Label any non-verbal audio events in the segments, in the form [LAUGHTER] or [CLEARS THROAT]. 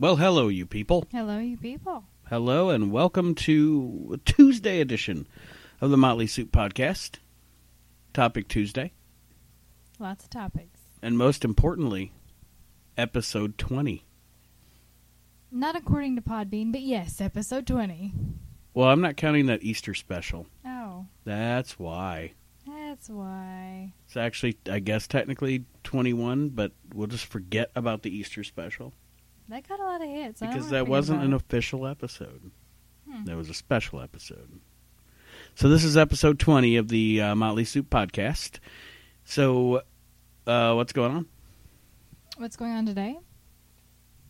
Well, hello, you people. Hello, you people. Hello, and welcome to a Tuesday edition of the Motley Soup Podcast. Topic Tuesday, Lots of topics. and most importantly, episode 20. Not according to Podbean, but yes, episode 20. Well, I'm not counting that Easter special. Oh, That's why. that's why. It's actually, I guess, technically 21, but we'll just forget about the Easter special That got a lot of hits. I don't because wanna that forget wasn't about an it. official episode. Hmm. That was a special episode. So this is episode 20 of the uh, Motley Soup Podcast. So, uh, what's going on? What's going on today?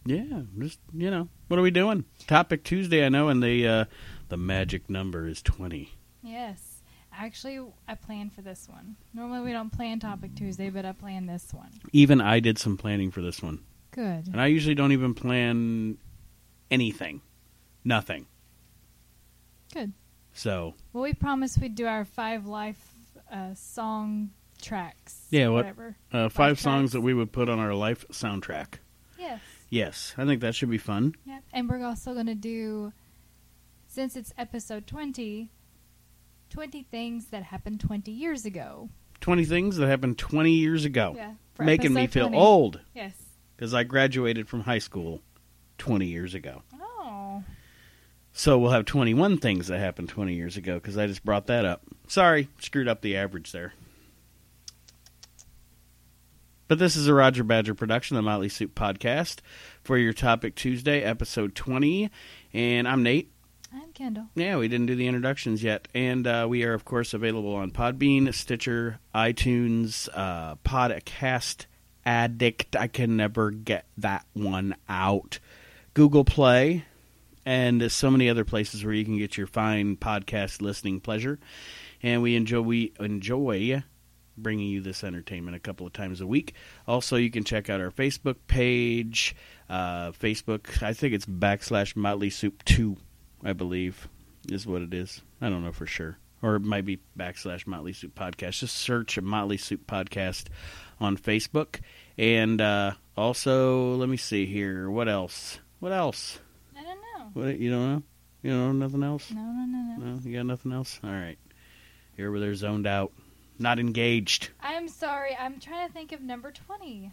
Yeah, just you know, what are we doing? Topic Tuesday, I know, and the uh, the magic number is twenty. Yes. Actually, I planned for this one. Normally, we don't plan Topic Tuesday, but I planned this one. Even I did some planning for this one, Good. and I usually don't even plan anything, nothing. Good. So Well, we promised we'd do our five life uh, song tracks. Yeah, what- whatever. uh, five Five songs tracks. that we would put on our life soundtrack. Yes. Yes, I think that should be fun. Yep. And we're also going to do, since it's episode 20, 20 things that happened 20 years ago. Twenty things that happened twenty years ago, Yeah. for Oh. making me episode feel 20. old Yes. because I graduated from high school twenty years ago. Oh. So we'll have 21 things that happened 20 years ago because I just brought that up. Sorry, screwed up the average there. But this is a Roger Badger production, the Motley Soup Podcast, for your Topic Tuesday, episode 20. And I'm Nate. I'm Kendall. Yeah, we didn't do the introductions yet. And uh, we are, of course, available on Podbean, Stitcher, iTunes, uh, Podcast Addict. I can never get that one out. Google Play, and so many other places where you can get your fine podcast listening pleasure. And we enjoy we enjoy bringing you this entertainment a couple of times a week. Also, you can check out our Facebook page, uh, Facebook. I think it's backslash Motley Soup Two, I believe, is what it is. I don't know for sure, or it might be backslash Motley Soup Podcast. Just search Motley Soup Podcast on Facebook. And uh, also, let me see here. What else? What else? I don't know. What you don't know? You don't know nothing else? No, no, no, no. No, you got nothing else? All right. You're over there zoned out. Not engaged. I'm sorry. I'm trying to think of number 20.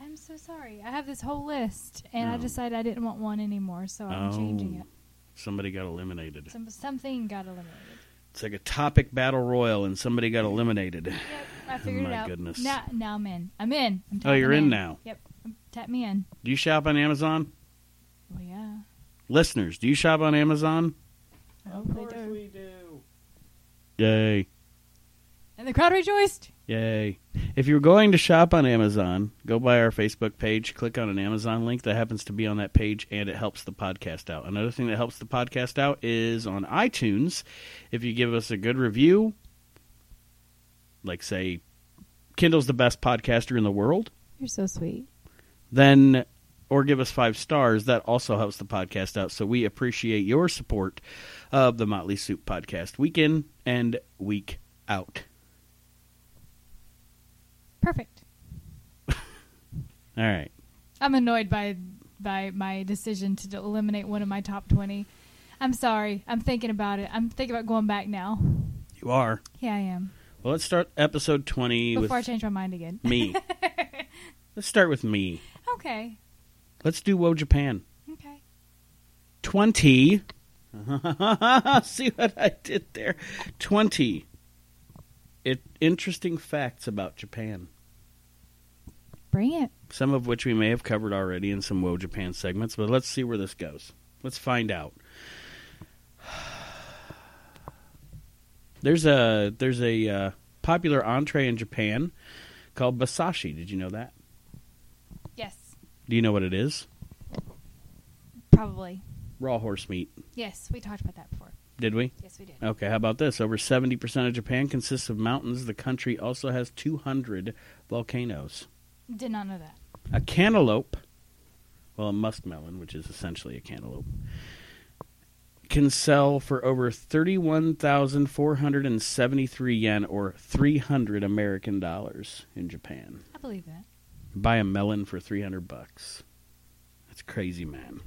I'm so sorry. I have this whole list, and I Oh. decided I didn't want one anymore, so I'm changing it. Somebody got eliminated. Some, something got eliminated. It's like a topic battle royal and somebody got eliminated. Yep, I figured my it out. goodness. Now, now I'm in. I'm in. I'm Oh, you're tapping in now. Yep. Tap me in. Do you shop on Amazon? Well, yeah. Listeners, do you shop on Amazon? I hope they do. do. Yay. And the crowd rejoiced. Yay. If you're going to shop on Amazon, go by our Facebook page, click on an Amazon link that happens to be on that page, and it helps the podcast out. Another thing that helps the podcast out is on iTunes. If you give us a good review, like say, Kindle's the best podcaster in the world, You're so sweet. then or give us five stars. That also helps the podcast out. So we appreciate your support of the Motley Soup Podcast week in and week out. Perfect. All right. I'm annoyed by by my decision to eliminate one of my top 20. I'm sorry. I'm thinking about it. I'm thinking about going back now. You are. Yeah, I am. Well, let's start episode 20 Before I with change my mind again. me. let's start with me. [LAUGHS] okay. Let's do Wo Japan. Okay. 20. [LAUGHS] See what I did there? 20. It, interesting facts about Japan, Bring it. some of which we may have covered already in some Wo Japan segments, but let's see where this goes. Let's find out. [SIGHS] There's a there's a uh, popular entree in Japan called basashi. Did you know that? Yes. Do you know what it is? Probably. raw horse meat, Yes, we talked about that before. did we? Yes, we did. Okay, how about this? Over 70% of Japan consists of mountains. The country also has 200 volcanoes. Did not know that. A cantaloupe, well, a muskmelon, which is essentially a cantaloupe, can sell for over 31,473 yen or 300 American dollars in Japan. I believe that. Buy a melon for 300 bucks. That's crazy man.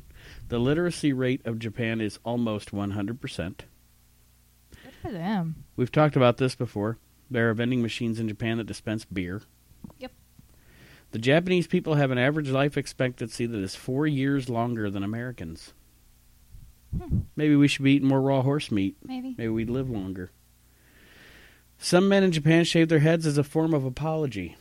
The literacy rate of Japan is almost 100%. Good for them. We've talked about this before. There are vending machines in Japan that dispense beer. Yep. The Japanese people have an average life expectancy that is four years longer than Americans. Hmm, Maybe we should be eating more raw horse meat. maybe. Maybe we'd live longer. Some men in Japan shave their heads as a form of apology.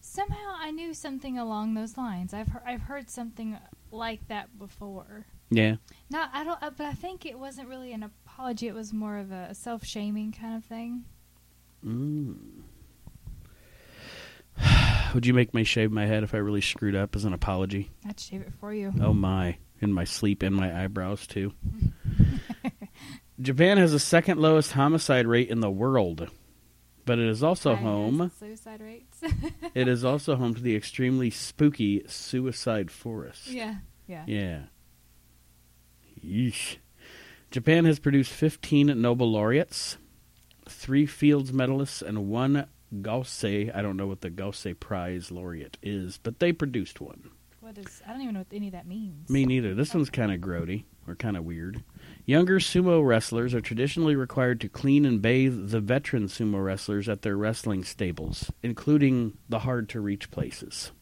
Somehow I knew something along those lines. I've heard, I've heard something like that before. Yeah. Not I don't, uh, but I think it wasn't really an apology. It was more of a self shaming kind of thing. Mm. [SIGHS] Would you make me shave my head if I really screwed up as an apology? I'd shave it for you. Oh my. In my sleep and my eyebrows too. Japan has the second lowest homicide rate in the world. But it is also High home. suicide rates. [LAUGHS] It is also home to the extremely spooky suicide forest. yeah, yeah, Yeah. Yeesh. Japan has produced 15 Nobel laureates, three Fields medalists, and one Gausse. I don't know what the Gausse Prize laureate is, but they produced one. What is? I don't even know what any of that means. Me neither. This one's kind of grody or kind of weird. Younger sumo wrestlers are traditionally required to clean and bathe the veteran sumo wrestlers at their wrestling stables, including the hard to reach places.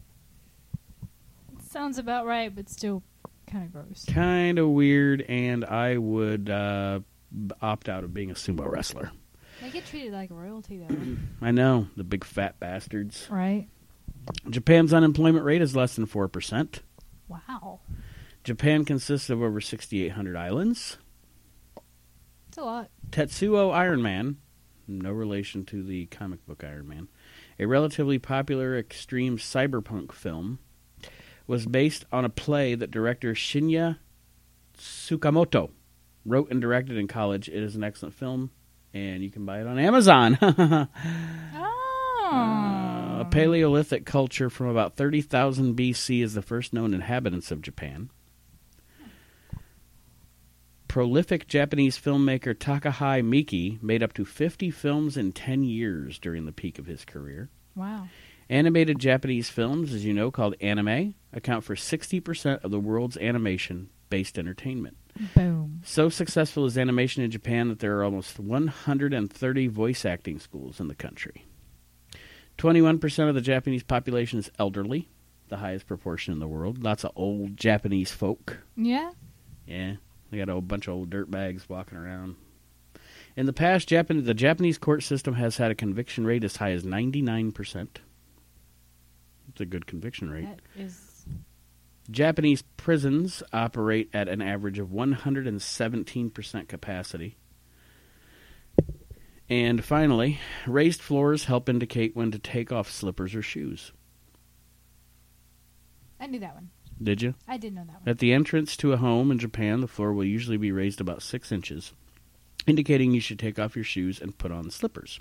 Sounds about right, but still kind of gross. kind of weird, and I would uh, b- opt out of being a sumo wrestler. They get treated like royalty, though, [COUGHS] I know the big fat bastards. right? Japan's unemployment rate is less than four percent. Wow, Japan consists of over sixty-eight hundred islands. it's a lot. Tetsuo Iron Man, no relation to the comic book Iron Man, a relatively popular extreme cyberpunk film, was based on a play that director Shinya Tsukamoto wrote and directed in college. It is an excellent film, and you can buy it on Amazon. [LAUGHS] Oh, Uh, a Paleolithic culture from about 30,000 BC is the first known inhabitants of Japan. Prolific Japanese filmmaker Takahai Miki made up to 50 films in 10 years during the peak of his career. wow. Animated Japanese films, as you know, called anime, account for 60% of the world's animation based entertainment. Boom. So successful is animation in Japan that there are almost 130 voice acting schools in the country. 21% of the Japanese population is elderly, the highest proportion in the world. Lots of old Japanese folk. Yeah. Yeah, they got a whole bunch of old dirtbags walking around. In the past, Japan- the Japanese court system has had a conviction rate as high as 99%. It's a good conviction rate. That is Japanese prisons operate at an average of 117% capacity. And finally, raised floors help indicate when to take off slippers or shoes. I knew that one. Did you? I did know that one. At the entrance to a home in Japan, the floor will usually be raised about six inches, indicating you should take off your shoes and put on slippers.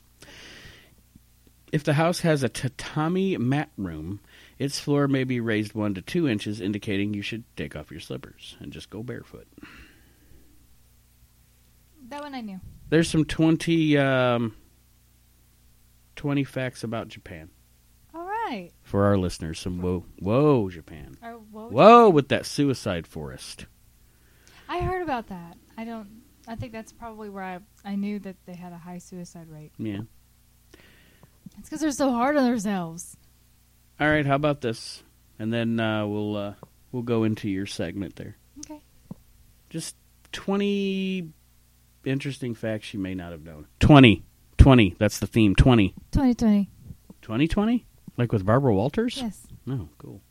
If the house has a tatami mat room, its floor may be raised one to two inches, indicating you should take off your slippers and just go barefoot. That one I knew. There's some 20, um, 20 facts about Japan All right. for our listeners. Some whoa, whoa, Japan. Or what was- Whoa, with that suicide forest. I heard about that. I don't. I think that's probably where I I knew that they had a high suicide rate. Yeah. It's because they're so hard on themselves. All right, how about this? And then uh, we'll uh, we'll go into your segment there. Okay. Just 20 interesting facts you may not have known. 20. 20. That's the theme. 20. 2020. 2020? Like with Barbara Walters? Yes. No, cool.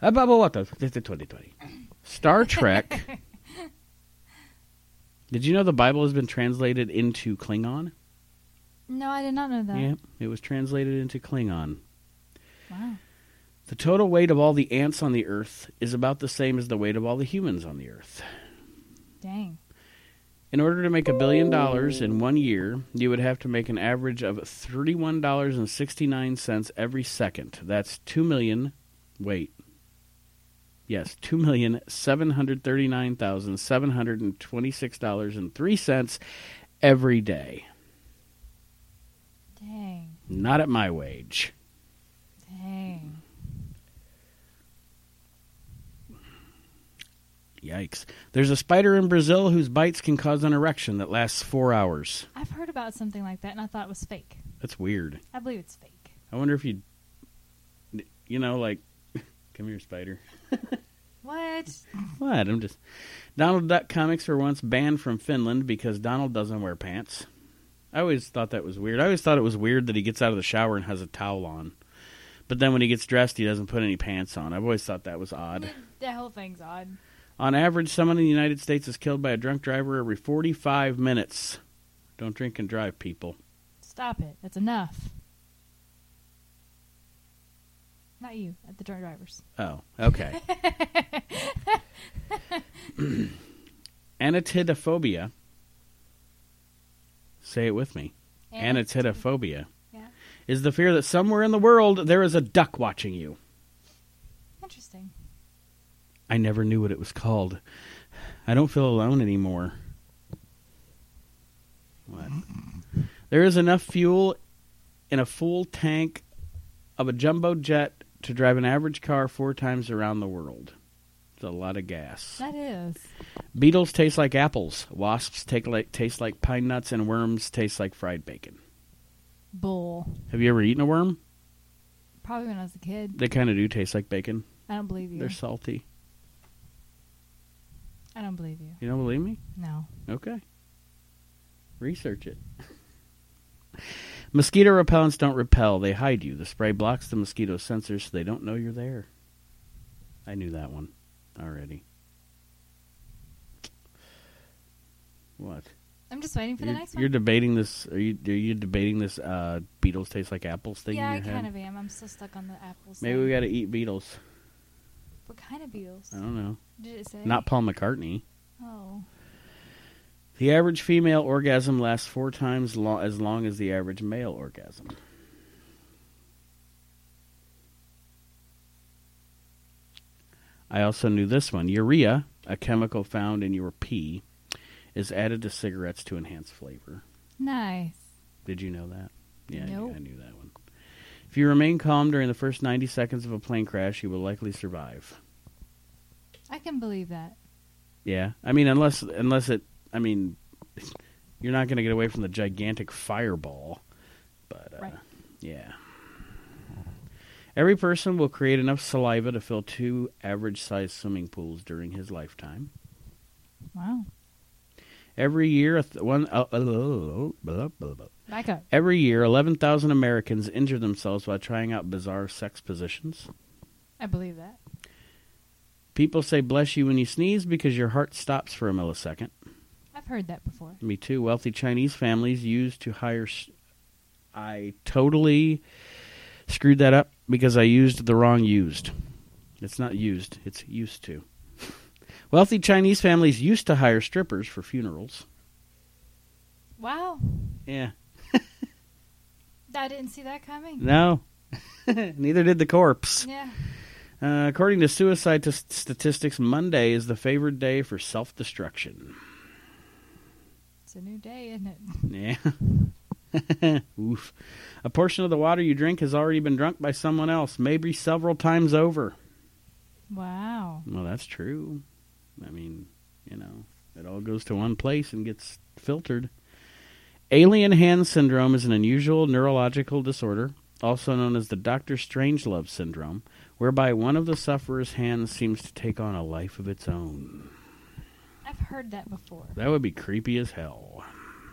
Uh, Barbara Walters. That's the 2020. Star Trek. Did you know the Bible has been translated into Klingon? No, I did not know that. Yeah, it was translated into Klingon. Wow. The total weight of all the ants on the earth is about the same as the weight of all the humans on the earth. Dang. In order to make a billion dollars in one year, you would have to make an average of $31.69 every second. That's 2 million. Wait. Yes, $2,739,726.03 every day. Dang. Not at my wage. Dang. Yikes. There's a spider in Brazil whose bites can cause an erection that lasts four hours. I've heard about something like that, and I thought it was fake. That's weird. I believe it's fake. I wonder if you, you know, like, [LAUGHS] come here, spider. What? What? I'm just. Donald Duck comics were once banned from Finland because Donald doesn't wear pants. I always thought that was weird. I always thought it was weird that he gets out of the shower and has a towel on. But then when he gets dressed, he doesn't put any pants on. I've always thought that was odd. The whole thing's odd. On average, someone in the United States is killed by a drunk driver every 45 minutes. Don't drink and drive, people. Stop it. That's enough. Not you, at the drunk drivers. Oh, okay. [CLEARS THROAT] Anatidophobia. Say it with me. Anatidophobia Yeah. is the fear that somewhere in the world there is a duck watching you. Interesting. I never knew what it was called. I don't feel alone anymore. What? There is enough fuel in a full tank of a jumbo jet to drive an average car four times around the world. It's a lot of gas. That is. Beetles taste like apples. Wasps take like, taste like pine nuts, and worms taste like fried bacon. Bull. Have you ever eaten a worm? Probably when I was a kid. They kind of do taste like bacon. I don't believe you. They're salty. I don't believe you. You don't believe me? No. Okay. Research it. [LAUGHS] Mosquito repellents don't repel, they hide you. The spray blocks the mosquito sensors so they don't know you're there. I knew that one already. What? I'm just waiting for you're, the next you're one. debating this are you are you debating this uh beetles taste like apples thing yeah, I in your head? kind of am. I'm still stuck on the apples. Maybe we gotta eat beetles. What kind of beetles? I don't know. Did it say? Not Paul McCartney. Oh. The average female orgasm lasts four times lo- as long as the average male orgasm. I also knew this one. Urea, a chemical found in your pee, is added to cigarettes to enhance flavor. Nice. Did you know that? Yeah, I knew- Nope. I knew that one. If you remain calm during the first 90 seconds of a plane crash, you will likely survive. I can believe that. Yeah, I mean, unless unless it, I mean, you're not going to get away from the gigantic fireball, but uh, Right. yeah. Every person will create enough saliva to fill two average-sized swimming pools during his lifetime. Wow. Every year, a th- one uh, uh, blah, blah, blah, blah. Back up. every year, eleven thousand Americans injure themselves while trying out bizarre sex positions. I believe that. People say "bless you" when you sneeze because your heart stops for a millisecond. I've heard that before. Me too. Wealthy Chinese families used to hire. s I I totally screwed that up because I used the wrong used. It's not used, it's used to. [LAUGHS] Wealthy Chinese families used to hire strippers for funerals. Wow. Yeah. I didn't see that coming. No. [LAUGHS] Neither did the corpse. Yeah. Uh, according to suicide t- statistics, Monday is the favored day for self destruction. It's a new day, isn't it? Yeah. [LAUGHS] Oof. A portion of the water you drink has already been drunk by someone else, maybe several times over. Wow. Well, that's true. I mean, you know, it all goes to one place and gets filtered. Alien hand syndrome is an unusual neurological disorder, also known as the Doctor Strangelove syndrome, whereby one of the sufferer's hands seems to take on a life of its own. I've heard that before. That would be creepy as hell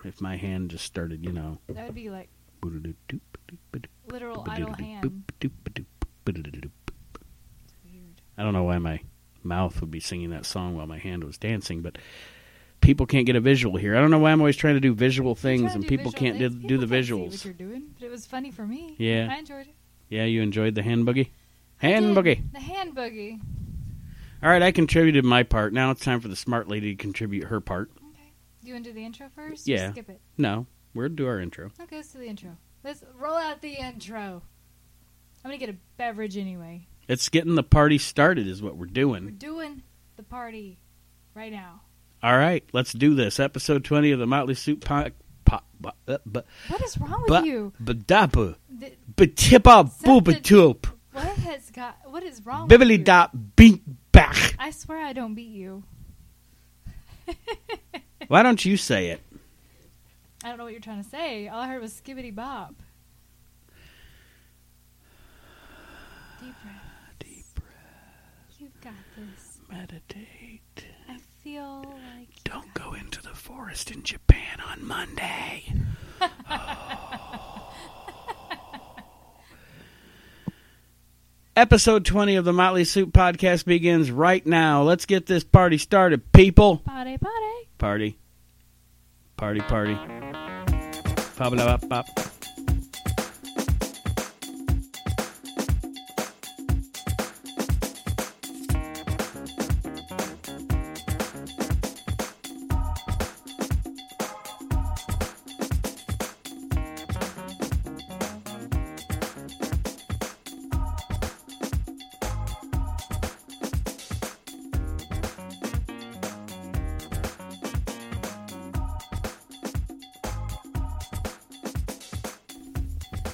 if my hand just started, you know. That would be like literal idle hand. I It's weird. don't know why my mouth would be singing that song while my hand was dancing, but people can't get a visual here. I don't know why I'm always trying to do visual things and people can't do, do the What visuals. you're doing, but it was funny for me. Yeah. I enjoyed it. Yeah, you enjoyed the hand boogie? Hand Did boogie. The hand boogie. All right, I contributed my part. Now it's time for the smart lady to contribute her part. Okay. Do you want to do the intro first? or Yeah. skip it. No, we'll do our intro. That goes to the intro. Let's roll out the intro. I'm gonna get a beverage anyway. It's getting the party started, is what we're We're doing. doing the party right now. All right, let's do this. Episode 20 of the Motley Soup Pop. Pop. But. But. What is wrong with But. you? But. But. The, Betipa Something- boobatoop. what has got? What is wrong? with Bibbly you? dot bink back. I swear I don't beat you. Why don't you say it? I don't know what you're trying to say. All I heard was skibbity bop. Deep breath. Deep breath. You've got this. Meditate. I feel like Don't go into the forest in Japan on Monday. [LAUGHS] Episode 20 of the Motley Soup Podcast begins right now. Let's get this party started, people. party party. Party. Party, party. Pop, pop, pop, pop.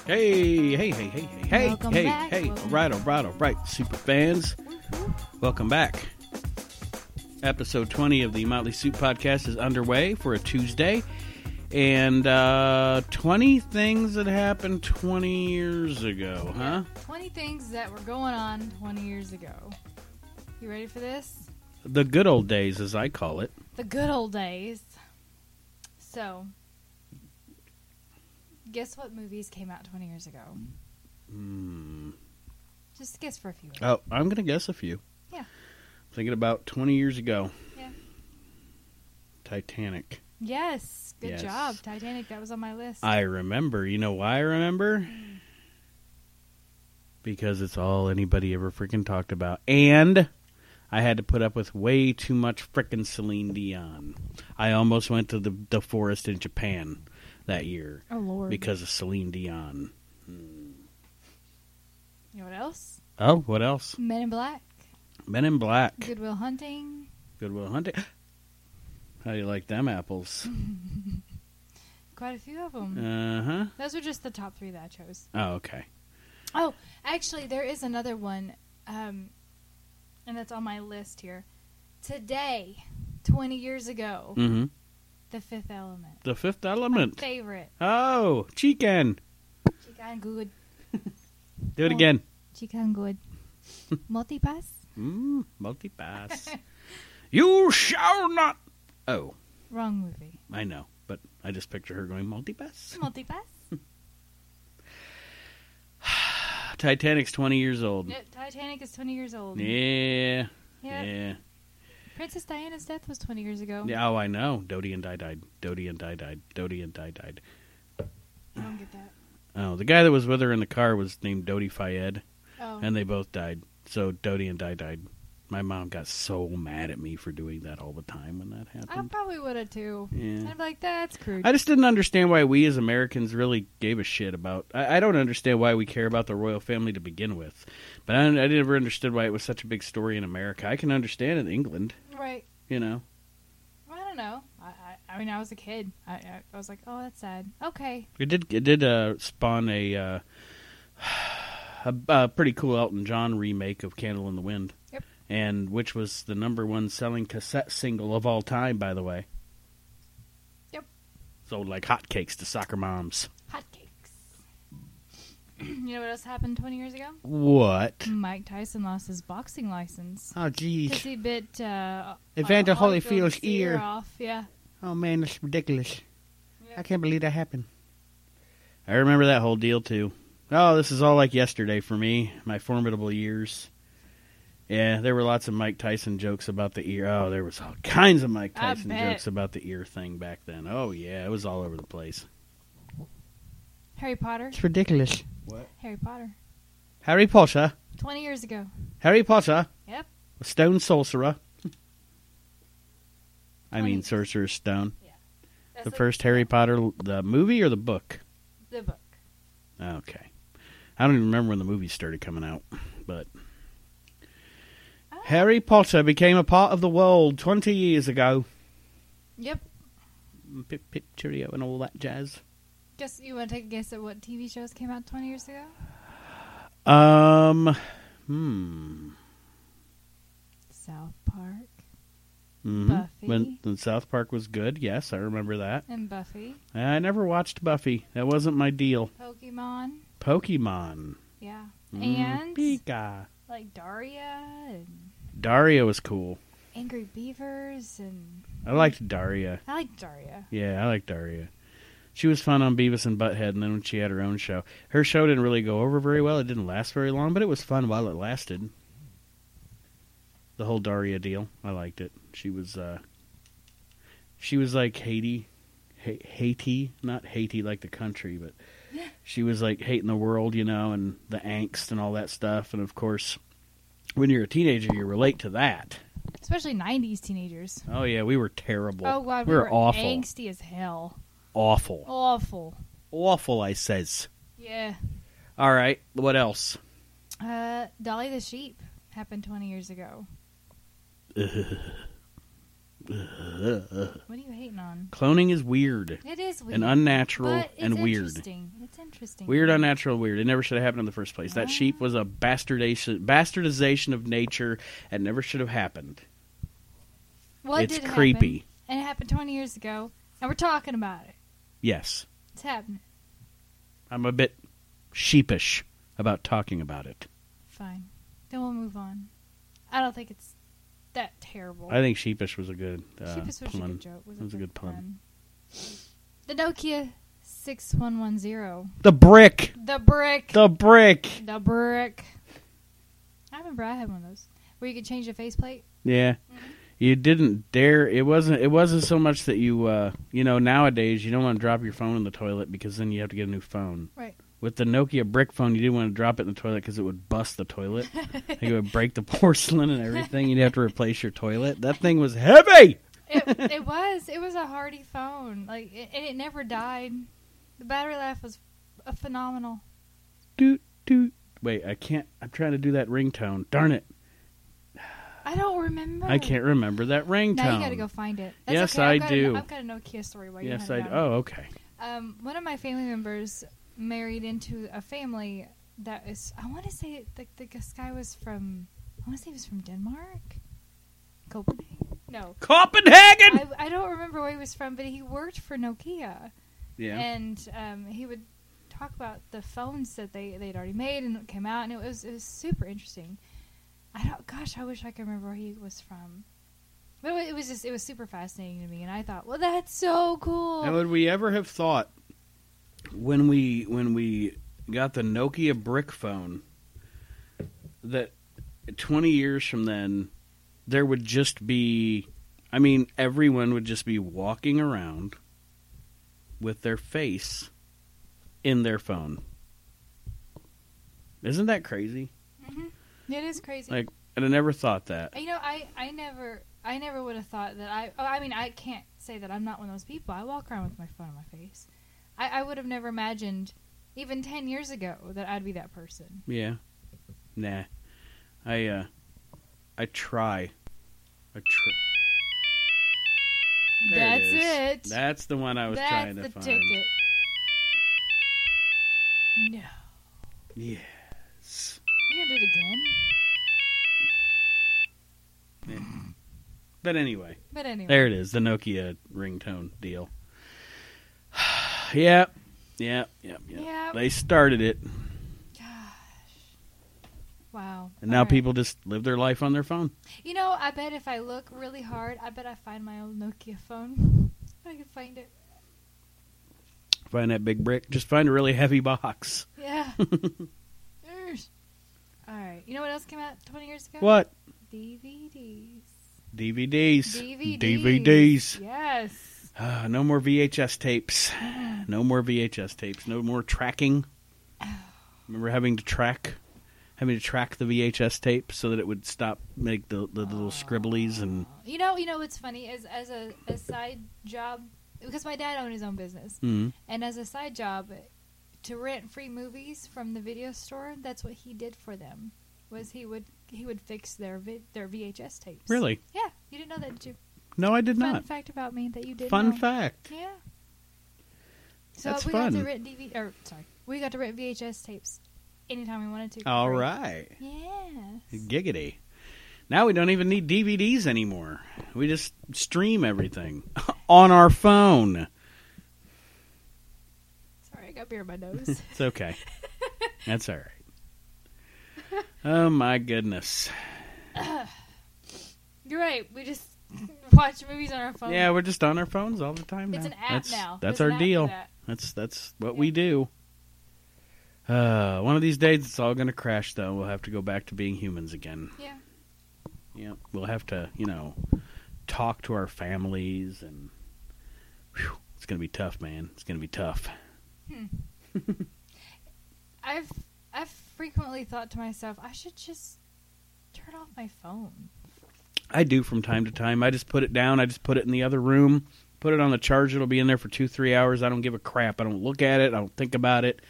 Hey, hey, hey, hey, hey, hey, Welcome hey, back. hey. All Welcome right, all right, all right, super fans. Mm-hmm. Welcome back. Episode 20 of the Motley Soup Podcast is underway for a Tuesday. And uh, 20 things that happened 20 years ago, huh? 20 things that were going on 20 years ago. You ready for this? The good old days, as I call it. The good old days. So, guess what movies came out 20 years ago? Hmm. Just guess for a few. Oh, I'm going to guess a few. Yeah. Thinking about 20 years ago. Yeah. Titanic. Yes. Good Yes. job. Titanic, that was on my list. I remember. You know why I remember? Because it's all anybody ever freaking talked about. And I had to put up with way too much freaking Celine Dion. I almost went to the, the forest in Japan that year oh, Lord. because of Celine Dion. you know what else? Oh, what else? Men in Black, Men in Black. Goodwill Hunting, Goodwill Hunting. How do you like them apples? quite a few of them. Uh huh. Those are just the top three that I chose. Oh, okay. Oh, actually, there is another one, um, and that's on my list here. Today, 20 years ago, Mm hmm. The Fifth Element. The Fifth My Element. favorite. Oh, chicken. Chicken good. Do it Oh. again. [LAUGHS] Chicken good. Multipass. Mm, multi-pass. you shall not. Oh, Wrong movie. I know, but I just picture her going multi-pass. Multipass. [LAUGHS] Titanic's twenty years old. No, Titanic is 20 years old. Yeah, Yeah. yeah, Princess Diana's death was 20 years ago. yeah. Oh, I know. Dodie and Di died. Dodie and Di died. Dodie and Di died. I don't get that. Oh, the guy that was with her in the car was named Dodie Fayed, Oh. and they both died. So Dodie and Di died. My mom got so mad at me for doing that all the time when that I happened. probably would have too. Yeah. I'd be like, that's crude. I just didn't understand why we as Americans really gave a shit about. I, I don't understand why we care about the royal family to begin with, but I, I never understood why it was such a big story in America. I can understand in England, right. you know. Well, I don't know. I, I, I mean, I was a kid. I, I, I was like, oh, that's sad. Okay. It did it did uh, spawn a, uh, [SIGHS] a a pretty cool Elton John remake of "Candle in the Wind," Yep. and which was the number one selling cassette single of all time, by the way. Yep. Sold like hotcakes to soccer moms. Hotcakes. [CLEARS THROAT] you know what else happened 20 years ago? What? Mike Tyson lost his boxing license. Oh, Because geez. he bit uh, Evander uh, Holyfield's ear. off. Yeah. Oh man, that's ridiculous. Yeah. I can't believe that happened. I remember that whole deal too. Oh, this is all like yesterday for me, my formidable years. Yeah, there were lots of Mike Tyson jokes about the ear. Oh, there was all kinds of Mike I Tyson bet. jokes about the ear thing back then. Oh yeah, it was all over the place. Harry Potter. ridiculous. What? Harry Potter. Harry Potter. 20 years ago. Harry Potter. Yep. a Stone sorcerer. I mean, Twenty- sorcerer's stone. That's The first Harry Potter, the movie or the book? The book. Okay. I don't even remember when the movie started coming out, but Ah. Harry Potter became a part of the world 20 years ago. Yep. Pip pip cheerio and all that jazz. Guess you want to take a guess at what TV shows came out 20 years ago? Um hmm. South Park. Mhm. Buffy. When, when South Park was good, yes, I remember that. and Buffy, I never watched Buffy. That wasn't my deal. Pokemon, Pokemon. yeah, Mm, and Pika. like Daria and Daria was cool. Angry Beavers, and I liked Daria. I like Daria. Yeah, I like Daria. She was fun on Beavis and Butthead, and then when she had her own show, her show didn't really go over very well. It didn't last very long, but it was fun while it lasted. The whole Daria deal, I liked it. She was, uh, she was like Haiti, ha- Haiti, not Haiti like the country, but she was like hating the world, you know, and the angst and all that stuff. And of course, when you're a teenager, you relate to that. Especially '90s teenagers. Oh yeah, we were terrible. oh God, we were, awful, angsty as hell. awful. Awful. awful, I says. Yeah. All right, what else? Uh, Dolly the sheep happened 20 [LAUGHS] years ago. what are you hating on? Cloning is weird It is weird. and unnatural but it's and weird. interesting. It's interesting. Weird, unnatural, weird. It never should have happened in the first place. That sheep was a bastardization, bastardization of nature and never should have happened. Well, it it's did happen, creepy. and it happened 20 years ago, and we're talking about it. Yes. It's happening. I'm a bit sheepish about talking about it. Fine. Then we'll move on. I don't think it's that terrible. I think sheepish was a good uh, Sheepus was a pun. good joke. That was a good pun. The Nokia 6110. The brick! The brick. The brick! The brick. I remember I had one of those where you could change the faceplate. [LAUGHS] Yeah. You didn't dare it wasn't it wasn't so much that you uh you know nowadays you don't want to drop your phone in the toilet because then you have to get a new phone. Right. With the Nokia brick phone you didn't want to drop it in the toilet cuz it would bust the toilet. Like, it would break the [LAUGHS] porcelain and everything. You'd have to replace your toilet. That thing was heavy. It, it was. It was a hardy phone. Like, it, and it never died. The battery life was uh, phenomenal. Doot doot. Wait, I can't I'm trying to do that ringtone. Darn it. I don't remember. I can't remember that ringtone. Now you got to go find it. That's Yes, okay. I've I got do. A, I've got a Nokia story. While Yes, you I hunt it down. Oh, okay. Um, one of my family members married into a family that is. I want to say the, the this guy was from. I want to say he was from Denmark, Copenhagen. No, Copenhagen. I, I don't remember where he was from, but he worked for Nokia, yeah. and um, he would talk about the phones that they they'd already made and it came out, and it was it was super interesting. I don't, gosh, I wish I could remember where he was from, but it wa- it was just it was super fascinating to me, and I thought, well, that's so cool. And would we ever have thought when we when we got the Nokia brick phone that 20 years from then there would just be I mean everyone would just be walking around with their face in their phone. Isn't that crazy? Mhm. It is crazy. Like- And I never thought that. you know, I, I never I never would have thought that I. Oh, I mean, I can't say that I'm not one of those people. I walk around with my phone on my face. I, I would have never imagined, even ten years ago, that I'd be that person. Yeah. Nah. I uh I try. I try. That's it. That's the one I was That's trying to the find. ticket. No, Yes. you gonna do it again? But anyway, But anyway, there it is, the Nokia ringtone deal. [SIGHS] yep. Yep, yep, yep. Yep. They started it, wow. and now All right. people just live their life on their phone. You know, I bet if I look really hard, I bet I find my old Nokia phone. [LAUGHS] I can find it. Find that big brick. Just find a really heavy box. [LAUGHS] Yeah. Ursh. All right. You know what else came out 20 years ago? What? DVDs. DVDs. DVDs. DVDs. Yes. Ah, no more VHS tapes. [SIGHS] No more VHS tapes. No more tracking. Remember having to track, having to track the VHS tape so that it would stop make the, the little scribblies and You know, you know what's funny is as a, a side job because my dad owned his own business. mm, And as a side job to rent free movies from the video store, that's what he did for them. Was he would he would fix their vi- their VHS tapes. really. Yeah. You didn't know that, did you? No, I did Fun not. fact about me that you didn't Fun know. fact. Yeah. So That's we got fun. to rent DVD or sorry, we got to rent VHS tapes anytime we wanted to. for All free. right, Yes. giggity. Now we don't even need DVDs anymore. We just stream everything [LAUGHS] on our phone. Sorry, I got beer in [LAUGHS] my nose. [LAUGHS] It's okay. That's all right. Oh my goodness. You're right. We just [LAUGHS] watch movies on our phone. Yeah, we're just on our phones all the time now. it's an app that's, now. That's There's an our app for deal. that. That's that's what Yeah. we do. Uh, one of these days it's all going to crash though. We'll have to go back to being humans again. Yeah. Yeah, we'll have to, you know, talk to our families and whew, it's going to be tough, man. It's going to be tough. I've I've frequently thought to myself, I should just turn off my phone. I do from time to time. I just put it down. I just put it in the other room. Put it on the charger. It'll be in there for two, three hours. I don't give a crap. I don't look at it. I don't think about it.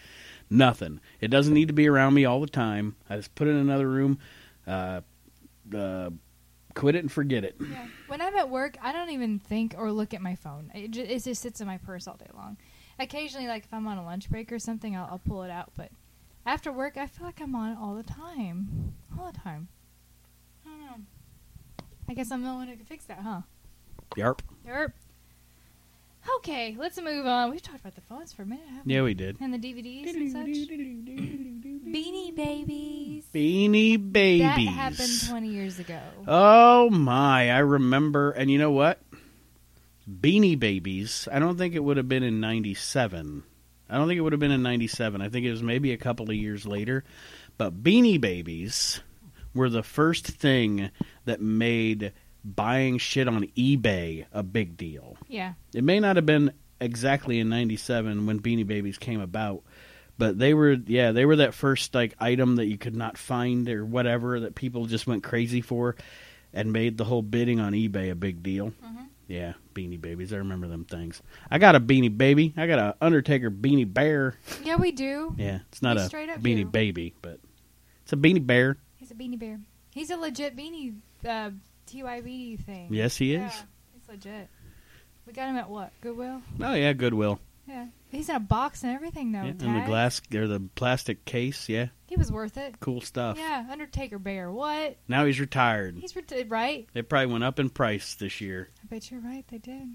Nothing. It doesn't need to be around me all the time. I just put it in another room. Uh, uh, quit it and forget it. Yeah. When I'm at work, I don't even think or look at my phone. It just, it just sits in my purse all day long. Occasionally, like if I'm on a lunch break or something, I'll, I'll pull it out. But after work, I feel like I'm on it all the time, all the time. I don't know. I guess I'm the one who can fix that, huh? Yarp. Yerp. Okay, let's move on. We've talked about the phones for a minute, haven't Yeah, we did. we? And the DVDs and such. Beanie Babies. Beanie Babies. That happened 20 years ago. Oh my, I remember. And you know what? Beanie Babies. I don't think it would have been in 97. I don't think it would have been in 97. I think it was maybe a couple of years later. But Beanie Babies were the first thing that made buying shit on eBay a big deal. Yeah. It may not have been exactly in 97 when Beanie Babies came about, but they were yeah, they were that first like item that you could not find or whatever that people just went crazy for and made the whole bidding on eBay a big deal. Mhm. Yeah, Beanie Babies. I remember them things. I got a Beanie Baby. I got a Undertaker Beanie Bear. Yeah, we do. Yeah, it's not We a straight up Beanie do. Baby, but it's a Beanie Bear. He's a beanie bear. He's a legit beanie, uh, TYB thing. Yes, he is. he's legit. We got him at what? Goodwill? Oh yeah, Goodwill. Yeah. He's in a box and everything, though. Yeah, Tag. and the glass or the plastic case. Yeah, He was worth it. cool stuff. Yeah, Undertaker bear. What? Now he's retired. He's ret- right. They probably went up in price this year. I bet you're right. They did.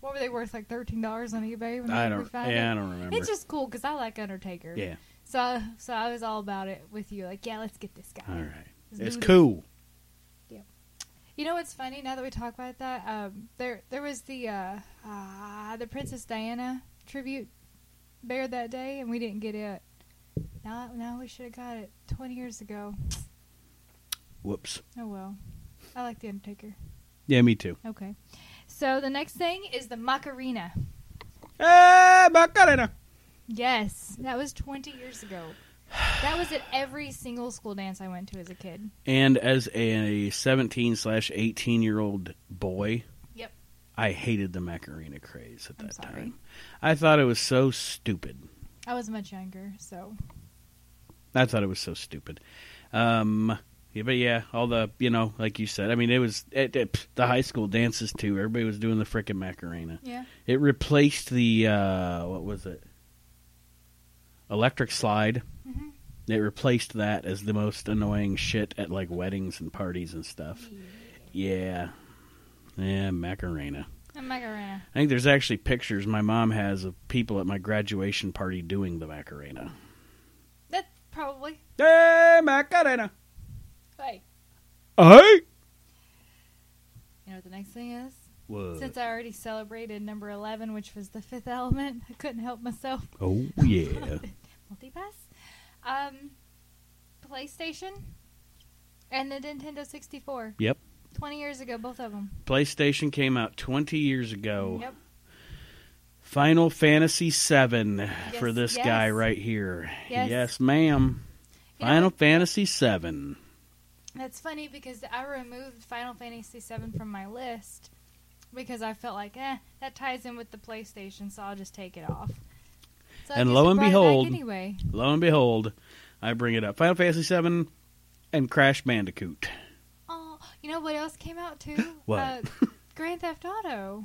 What were they worth? Like thirteen dollars on eBay when I they don't. found Yeah, I it. don't remember. It's just cool because I like Undertaker. yeah. So, so I was all about it with you. Like, yeah, let's get this guy. All right. Let's It's do this. cool. You know what's funny? Now that we talk about that, um, there there was the uh, uh, the Princess Diana tribute bear that day, and we didn't get it. Now, now we should have got it twenty years ago. Whoops. Oh well. I like the Undertaker. Yeah, me too. Okay. So the next thing is the Macarena. Hey, Ah, Macarena. Yes, that was twenty years ago. That was at every single school dance I went to as a kid. And as a seventeen slash eighteen year old boy, Yep. I hated the Macarena craze at I'm that sorry. time. I thought it was so stupid. I was much younger, so I thought it was so stupid. Um, yeah, but yeah, all the you know, like you said, I mean, it was it, it, pfft, the high school dances too. Everybody was doing the frickin' Macarena. yeah. It replaced the uh, what was it? Electric slide. hmm It replaced that as the most annoying shit at like weddings and parties and stuff. Yeah. Yeah, Macarena. The Macarena. I think there's actually pictures my mom has of people at my graduation party doing the Macarena. That probably Hey, Macarena. like. Hey. You know what the next thing is? What? Since I already celebrated number 11, which was the fifth element, [LAUGHS] I couldn't help myself. [LAUGHS] Oh yeah. Multipass. Um, PlayStation and the Nintendo 64. Yep. 20 years ago, both of them. PlayStation came out 20 years ago. Yep. Final Fantasy 7 for this yes. guy right here. Yes. ma'am. You know Final what? Fantasy 7. That's funny because I removed Final Fantasy VII from my list because I felt like, eh, that ties in with the PlayStation, so I'll just take it off. So I And guess lo I and brought it back behold- anyway, Lo and behold, I bring it up. Final Fantasy VII and Crash Bandicoot. oh, you know what else came out too? [LAUGHS] What? Uh, Grand Theft Auto.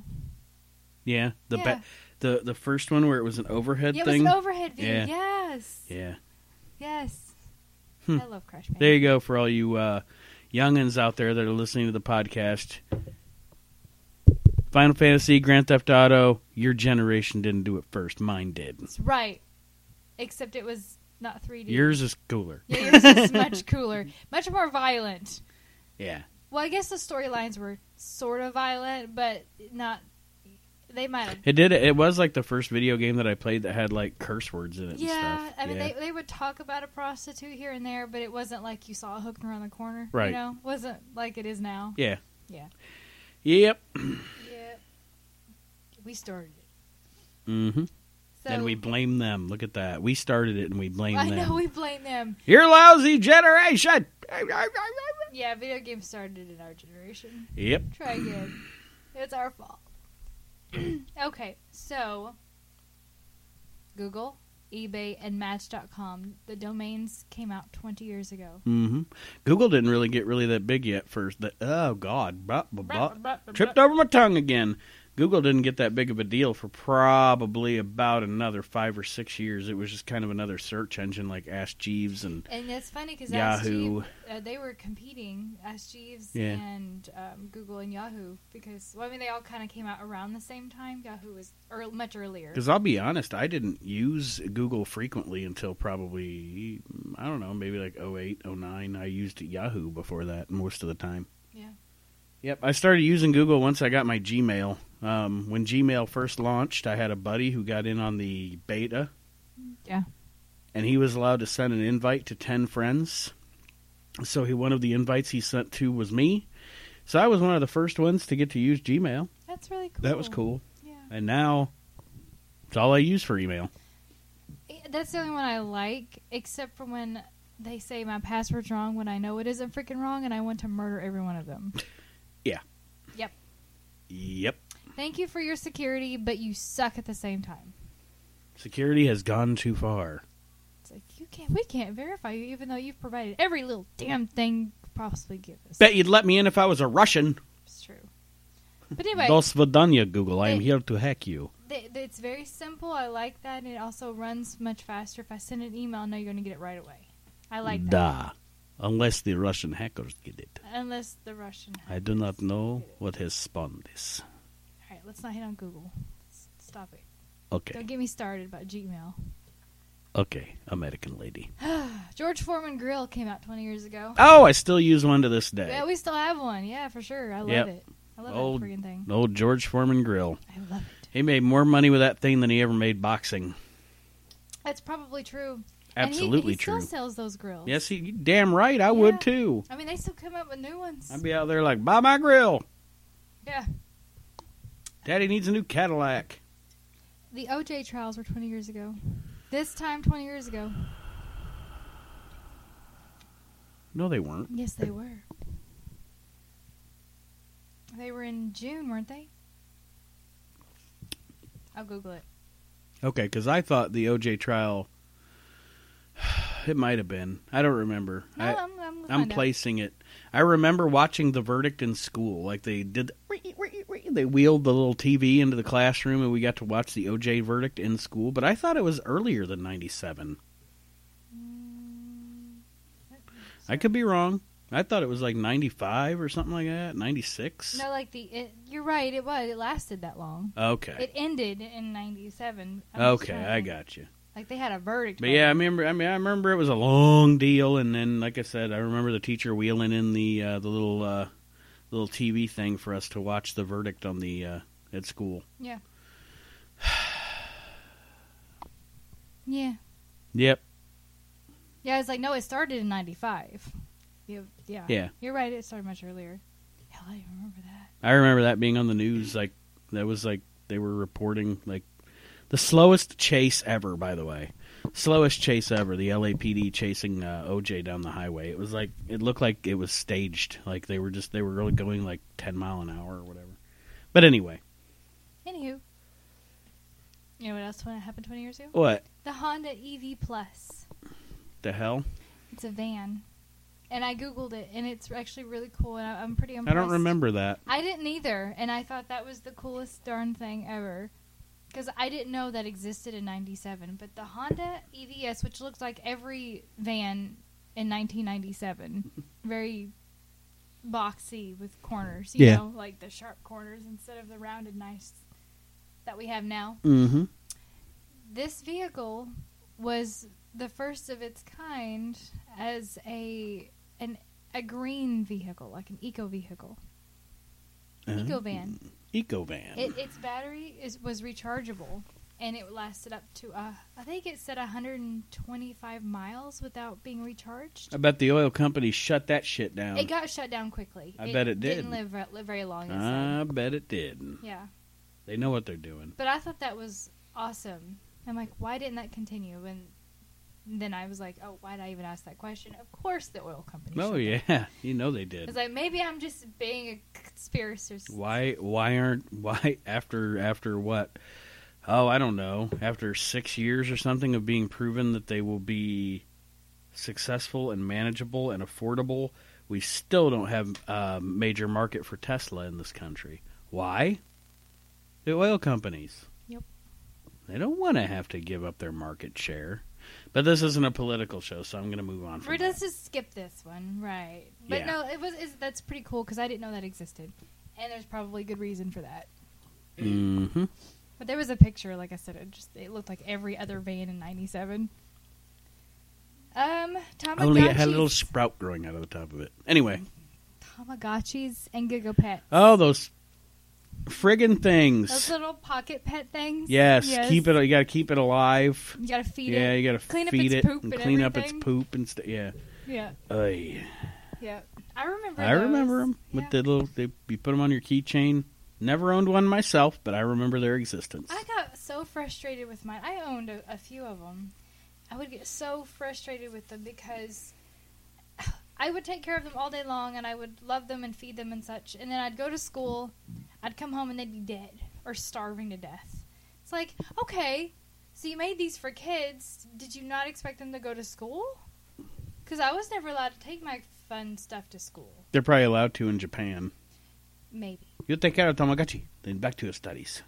Yeah, the Yeah. ba- the the first one where it was an overhead Yeah, it was thing. an overhead view. Yeah. Yes. yeah, Yes. Hmm. I love Crash Bandicoot. there you go for all you uh, youngins out there that are listening to the podcast, Final Fantasy, Grand Theft Auto, your generation didn't do it first. Mine did. It's right. Except it was not 3D. Yours is cooler. Yeah, [LAUGHS] yours is much cooler, much more violent. Yeah. Well, I guess the storylines were sort of violent, but not. They might have. It did. It was like the first video game that I played that had like curse words in it. Yeah, and stuff. I mean, Yeah. They, they would talk about a prostitute here and there, but it wasn't like you saw a hook around the corner. Right. You know, wasn't like it is now. yeah. Yeah. Yep. Yeah. We started it. Mm-hmm. So, and [LAUGHS] we blame them. Look at that. We started it and we blame I them. know we blame them. Your lousy generation. Yeah, video games started in our generation. Yep. Try again. it's our fault. [CLEARS THROAT] okay, so Google, eBay, and Match.com. The domains came out 20 years ago. hmm Google didn't really get really that big yet. First, the, oh god, blah, blah, blah. tripped over my tongue again. Google didn't get that big of a deal for probably about another five or six years. It was just kind of another search engine like Ask Jeeves and And it's funny because Yahoo. uh, they were competing, Ask Jeeves Yeah. and um, Google and Yahoo, because well, I mean they all kind of came out around the same time. Yahoo was ear much earlier. Because I'll be honest, I didn't use Google frequently until probably, I don't know, maybe like 08, 09. I used Yahoo before that most of the time. Yeah. Yep, I started using Google once I got my Gmail. Um, when Gmail first launched, I had a buddy who got in on the beta. Yeah. And he was allowed to send an invite to 10 friends. So he, one of the invites he sent to was me. So I was one of the first ones to get to use Gmail. That's really cool. That was cool. Yeah. And now it's all I use for email. Eh, That's the only one I like, except for when they say my password's wrong when I know it isn't freaking wrong and I want to murder every one [LAUGHS] of them. Yep. Thank you for your security, but you suck at the same time. Security has gone too far. It's like you can't we can't verify you even though you've provided every little damn thing you could possibly give us. Bet you'd let me in if I was a Russian. It's true. But anyway, Dos Vidania, Google. I am Hey. here to hack you. th- th- it's very simple. I like that. And it also runs much faster. If I send an email, I know you're going to get it right away. I like that. da. Unless the Russian hackers get it. Unless the Russian. I do not know what has spawned this. All right, let's not hit on Google. S- Stop it. Okay. Don't get me started about Gmail. Okay. American lady. [SIGHS] George Foreman grill came out 20 years ago. Oh, I still use one to this day. Yeah, we still have one. Yeah, for sure. I love Yep. it. I love Old- that freaking thing. An old George Foreman grill. I love it. He made more money with that thing than he ever made boxing. That's probably true. and he, Absolutely he true. Still sells those grills. Yes, he, you damn right. I Yeah. would too. I mean, they still come up with new ones. I'd be out there like, buy my grill. yeah. Daddy needs a new Cadillac. The OJ trials were 20 years ago. This time, 20 years ago. No, they weren't. Yes, they were. They were in June, weren't they? I'll Google it. Okay, because I thought the OJ trial. [SIGHS] It might have been. I don't remember. No, I, I, am I'm, I'm find out. placing it. I remember watching the verdict in school. Like they did, they wheeled the little TV into the classroom, and we got to watch the OJ verdict in school. But I thought it was earlier than '97. Mm, I could be wrong. I thought it was like '95 or something like that. '96. No, like the it, you're right. It was. It lasted that long. Okay. It ended in '97. okay, I got you. Like they had a verdict. But by yeah, I then. remember. I mean, I remember it was a long deal, and then, like I said, I remember the teacher wheeling in the uh, the little uh, little TV thing for us to watch the verdict on the uh, at school. yeah, Yep. yeah. It's like no, it started in '95. Yeah, yeah, Yeah. You're right. It started much earlier. Hell, I don't remember that. I remember that being on the news. Like that was like they were reporting like the slowest chase ever. By the way, slowest chase ever. The LAPD chasing uh, OJ down the highway. It was like it looked like it was staged. Like they were just they were really going like ten mile an hour or whatever. But anyway, Anywho, you know what else happened 20 years ago? what The Honda EV Plus. the hell? It's a van, and I googled it, and it's actually really cool. And I, I'm pretty I impressed. don't remember that. I didn't either, and I thought that was the coolest darn thing ever. Because I didn't know that existed in 97. But the Honda E EVS, which looked like every van in 1997, very boxy with corners, you Yeah. know, like the sharp corners instead of the rounded nice that we have now. Mm-hmm. This vehicle was the first of its kind as a an a green vehicle, like an eco vehicle, Uh-huh. eco van. Eco van. It, its battery is was rechargeable, and it lasted up to uh, I think it said 125 miles without being recharged. I bet the oil company shut that shit down. It got shut down quickly. Um, I bet it Didn't did. Ah. live, ve- live very long. it said. I bet it did. yeah, They know what they're doing. but I thought that was awesome. I'm like, why didn't that continue? And then I was like, oh, why did I even ask that question? Of course, the oil company. shut Oh down. yeah, [LAUGHS] you know they did. It's like maybe I'm just being a conspiracy. Why? Why aren't? [LAUGHS] Why after? After what? Oh, I don't know. After six years or something of being proven that they will be successful and manageable and affordable, we still don't have a major market for Tesla in this country. Why? The oil companies. Yep. They don't want to have to give up their market share. But this isn't a political show, so I'm going to move on from We're that. let's just skip this one, right? But Yeah. no, it was is that's pretty cool because I didn't know that existed, and there's probably good reason for that. hmm But there was a picture, like I said, it just it looked like every other van in '97. Um, Tamagotchis, Only it had a little sprout growing out of the top of it. Anyway. Tamagotchis and Gigapet, Oh, those friggin' things. those little pocket pet things. yes, keep it. You gotta keep it alive. You gotta feed yeah, it. you gotta Clean up feed its it poop and and clean up its everything. poop and stuff. Yeah, Yeah, Oy. yeah. I remember. I remember them But with the little. They, you put them on your keychain. Never owned one myself, but I remember their existence. I got so frustrated with mine. I owned a, a few of them. I would get so frustrated with them because [SIGHS] I would take care of them all day long and I would love them and feed them and such. And then I'd go to school, I'd come home and they'd be dead or starving to death. It's like, okay, so you made these for kids. Did you not expect them to go to school? Because I was never allowed to take my fun stuff to school. They're probably allowed to in Japan. Maybe. You take care of Tamagotchi, then back to your studies.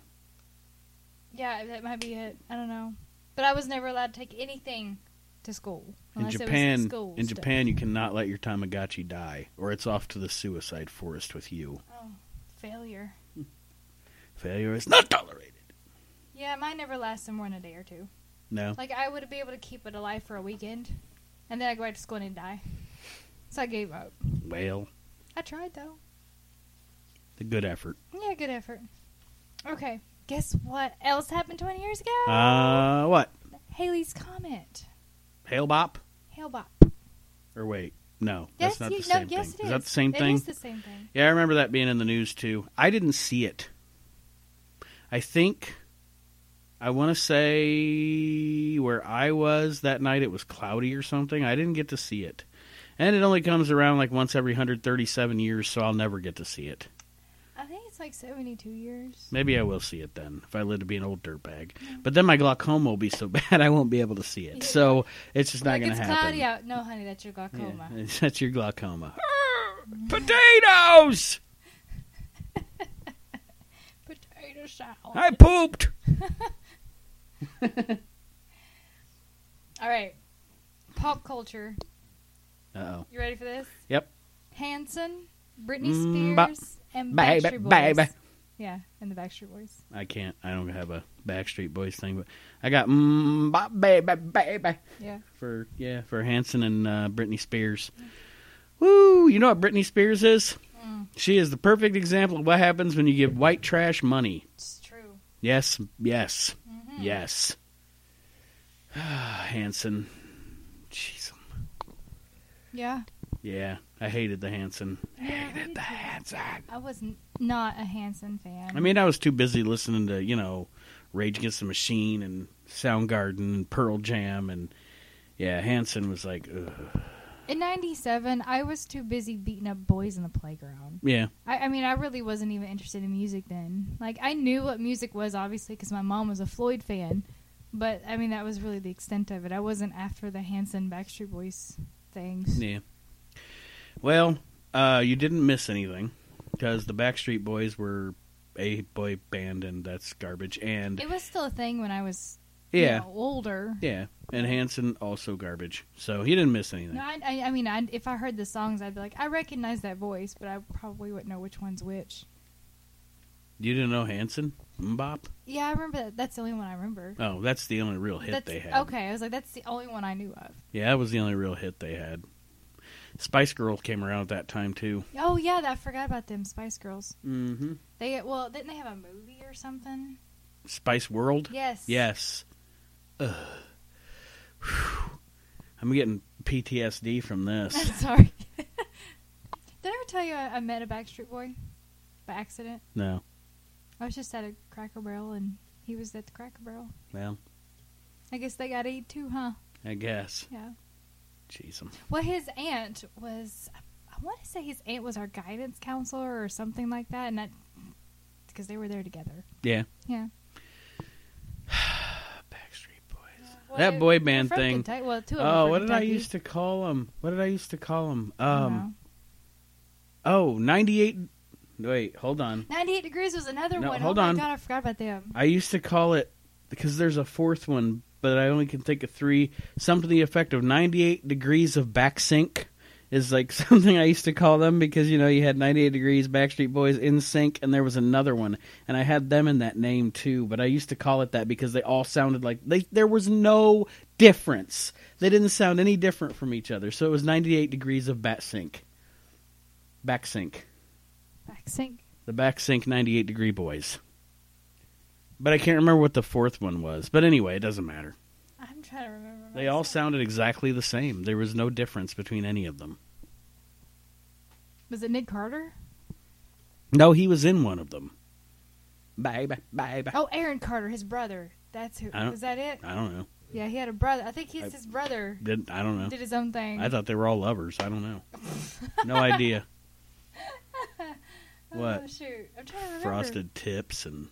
Yeah, that might be it. I don't know. But I was never allowed to take anything to school. In unless it was Japan, school in stuff. Japan, you cannot let your Tamagotchi die, or it's off to the suicide forest with you. Oh, failure. Failure is not tolerated. Yeah, mine never lasted more than a day or two. No. Like, I would be able to keep it alive for a weekend, and then I go back to school and it'd die. So I gave up. Well, I tried, though. the good effort. Yeah, good effort. Okay, guess what else happened 20 years ago? Uh, what? Haley's Comet. Hail bop? Hail bop. Or wait, no, Yes, that's not you, the same no, thing. yes, it is. that the same It thing? is the same thing. Yeah, I remember that being in the news too. I didn't see it. I think I want to say where I was that night it was cloudy or something. I didn't get to see it. And it only comes around like once every 137 years, so I'll never get to see it. I think it's like 72 years. Maybe I will see it then if I live to be an old dirtbag. But then my glaucoma will be so [LAUGHS] bad I won't be able to see it. Yeah. So it's just not like going to it's happen. cloudy out. No, honey, that's your glaucoma. Yeah, [LAUGHS] that's your [LAUGHS] glaucoma. Potatoes! Potato salad. I pooped! All right. Pop culture. Uh oh. You ready for this? Yep. Hanson, Britney Mm, ba- Spears, and baby, Backstreet Boys. baby. Yeah, and the Backstreet Boys. I can't. I don't have a Backstreet Boys thing, but I got mm, ba- baby, baby Yeah. for yeah for Hanson and uh, Britney Spears. Woo! You know what Britney Spears is? Mm. She is the perfect example of what happens when you give white trash money. It's true. Yes, yes, Mhm. yes. [SIGHS] Hanson, jeez, Yeah. yeah, I hated the Hanson. Yeah, me Hated the too. Hanson. I was n- not a Hanson fan. I mean, I was too busy listening to you know Rage Against the Machine and Soundgarden and Pearl Jam and yeah, Hanson was like, Ugh. in 97, I was too busy beating up boys in the playground. yeah, I, I mean, I really wasn't even interested in music then. Like, I knew what music was, obviously, because my mom was a Floyd fan. But, I mean, that was really the extent of it. I wasn't after the Hanson Backstreet Boys things. yeah. Well, uh, you didn't miss anything because the Backstreet Boys were a boy band and that's garbage. And It was still a thing when I was you Yeah. know, older. Yeah, and Hanson also garbage, so he didn't miss anything. No, I, I, I mean, I, if I heard the songs, I'd be like, I recognize that voice, but I probably wouldn't know which one's which. You didn't know Hanson? Mbop? Yeah, I remember that. That's the only one I remember. Oh, that's the only real hit that's, they had. Okay, I was like, that's the only one I knew of. Yeah, that was the only real hit they had. Spice Girl came around at that time too. Oh yeah, that, I forgot about them Spice Girls. Mm-hmm. They well, didn't they have a movie or something? Spice World. Yes. Yes. Ugh. Whew. I'm getting PTSD from [LAUGHS] this. I'm sorry. Did I ever tell you I, I met a Backstreet Boy by accident? no. I was just at a Cracker Barrel and he was at the Cracker Barrel. Well, I guess they got to eat too, huh? I guess. Yeah. Jeez. I'm- Well, his aunt was. I want to say his aunt was our guidance counselor or something like that, and that because they were there together. Yeah. Yeah. Backstreet Boys. That Well, boy they're band from thing. Kentucky- well, two of them Oh, were what did I Kentucky. used to call them? What did I used to call them? I don't Um. know. Oh, 98. Wait, hold on. 98 degrees was another No, one. hold oh on. my god, I forgot about them. I used to call it because there's a fourth one, but I only can think of three. Something to the effect of 98 degrees of back sync is like [LAUGHS] something I used to call them because you know you had 98 degrees, Backstreet Boys, In Sync, and there was another one, and I had them in that name too. But I used to call it that because they all sounded like they there was no difference. They didn't sound any different from each other, so it was 98 degrees of back sync. Back sync. Back sync. The back sync 98 degree boys. But I can't remember what the fourth one was. But anyway, it doesn't matter. I'm trying to remember. They all myself. sounded exactly the same. There was no difference between any of them. Was it Nick Carter? No, he was in one of them. Baby, baby. Oh, Aaron Carter, his brother. That's who. I don't- Was that it? I don't know. Yeah, he had a brother. I think he's I- his brother. Did I don't know. Did his own thing. I thought they were all lovers. I don't know. [LAUGHS] No idea. Oh, What? shoot, I'm trying to remember. Frosted tips and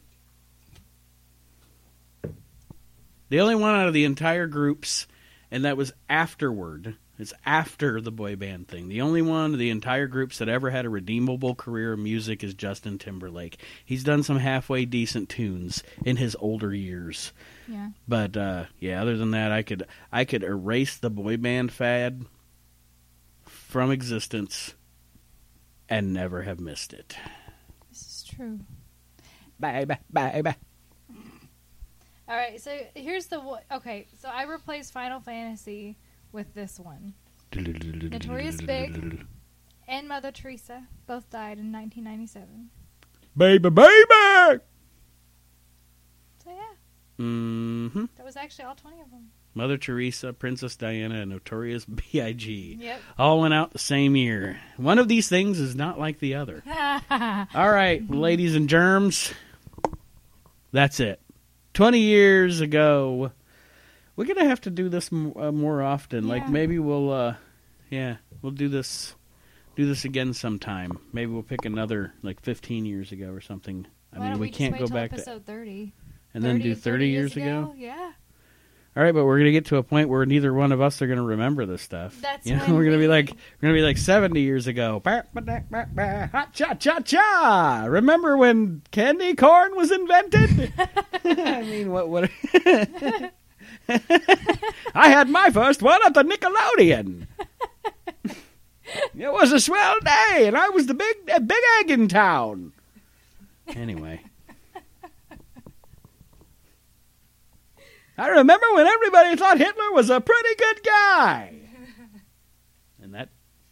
the only one out of the entire groups, and that was afterward. It's after the boy band thing. The only one of the entire groups that ever had a redeemable career in music is Justin Timberlake. He's done some halfway decent tunes in his older years. Yeah. But uh, yeah, other than that, I could I could erase the boy band fad from existence and never have missed it. This is true. Baby, baby. All right, so here's the one. Okay, so I replaced Final Fantasy with this one. Notorious Big. And Mother Teresa both died in 1997. Baby, baby. So yeah, hmm that was actually all 20 of them. Mother Teresa, Princess Diana, and Notorious B.I.G. Yep. all went out the same year. One of these things is not like the other. [LAUGHS] That's All right, ladies and germs, that's it. 20 years ago, we're going to have to do this m- uh, more often. Like Yeah. maybe we'll uh yeah, we'll do this do this again sometime. Maybe we'll pick another like 15 years ago or something. I mean, we, can't go back to episode 30 and then do 30, 30 years ago. Yeah, All right, but we're gonna get to a point where neither one of us are gonna remember this stuff. That's you know, when we're gonna be we- like we're gonna be like seventy years ago. Bah, bah, bah, bah, bah, ha, Cha cha cha! Remember when candy corn was [LAUGHS] invented? [LAUGHS] I mean, what? What? [LAUGHS] I had my first one at the Nickelodeon. it was a swell day, and I was the big uh, big egg in town. Anyway. I remember when everybody thought Hitler was a pretty good guy. and that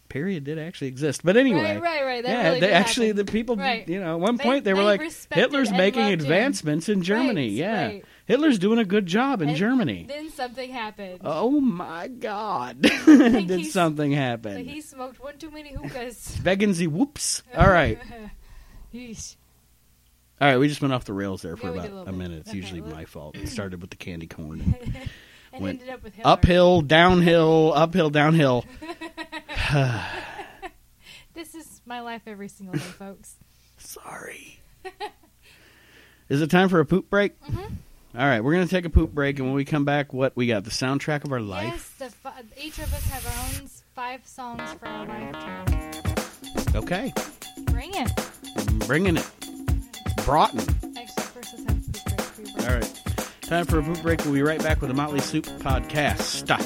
period did actually exist. But anyway, right, right, right. That yeah, really they did actually happen. the people, Right. you know, at one They- point they, were they like, respected Hitler's and making loved him." advancements in Germany. Right, yeah, right. Hitler's doing a good job in And Germany. Then something happened. oh my [LAUGHS] God! think did he's- something So happen? he smoked one too many hookahs. Begging the whoops. All [LAUGHS] right, Yeesh. all right. We just went off the rails there for Yeah, we did a about little a bit. minute. It's Okay, usually well- [LAUGHS] my fault. It started with the candy corn. and Went ended up with Hitler. uphill, downhill, uphill, downhill. This is my life every single day, folks. Sorry. [LAUGHS] Is it time for a poop break? Mhm. All right, we're going to take a poop break, and when we come back, what we got? The soundtrack of our Yes, [LAUGHS] life. the fi- each of us have our own s- five songs for our life. Okay, Bring it. I'm bringing it. Broughton. Actually, first let's have a poop break. All right. Time for a boot break. We'll be right back with the Motley Soup podcast. Stop.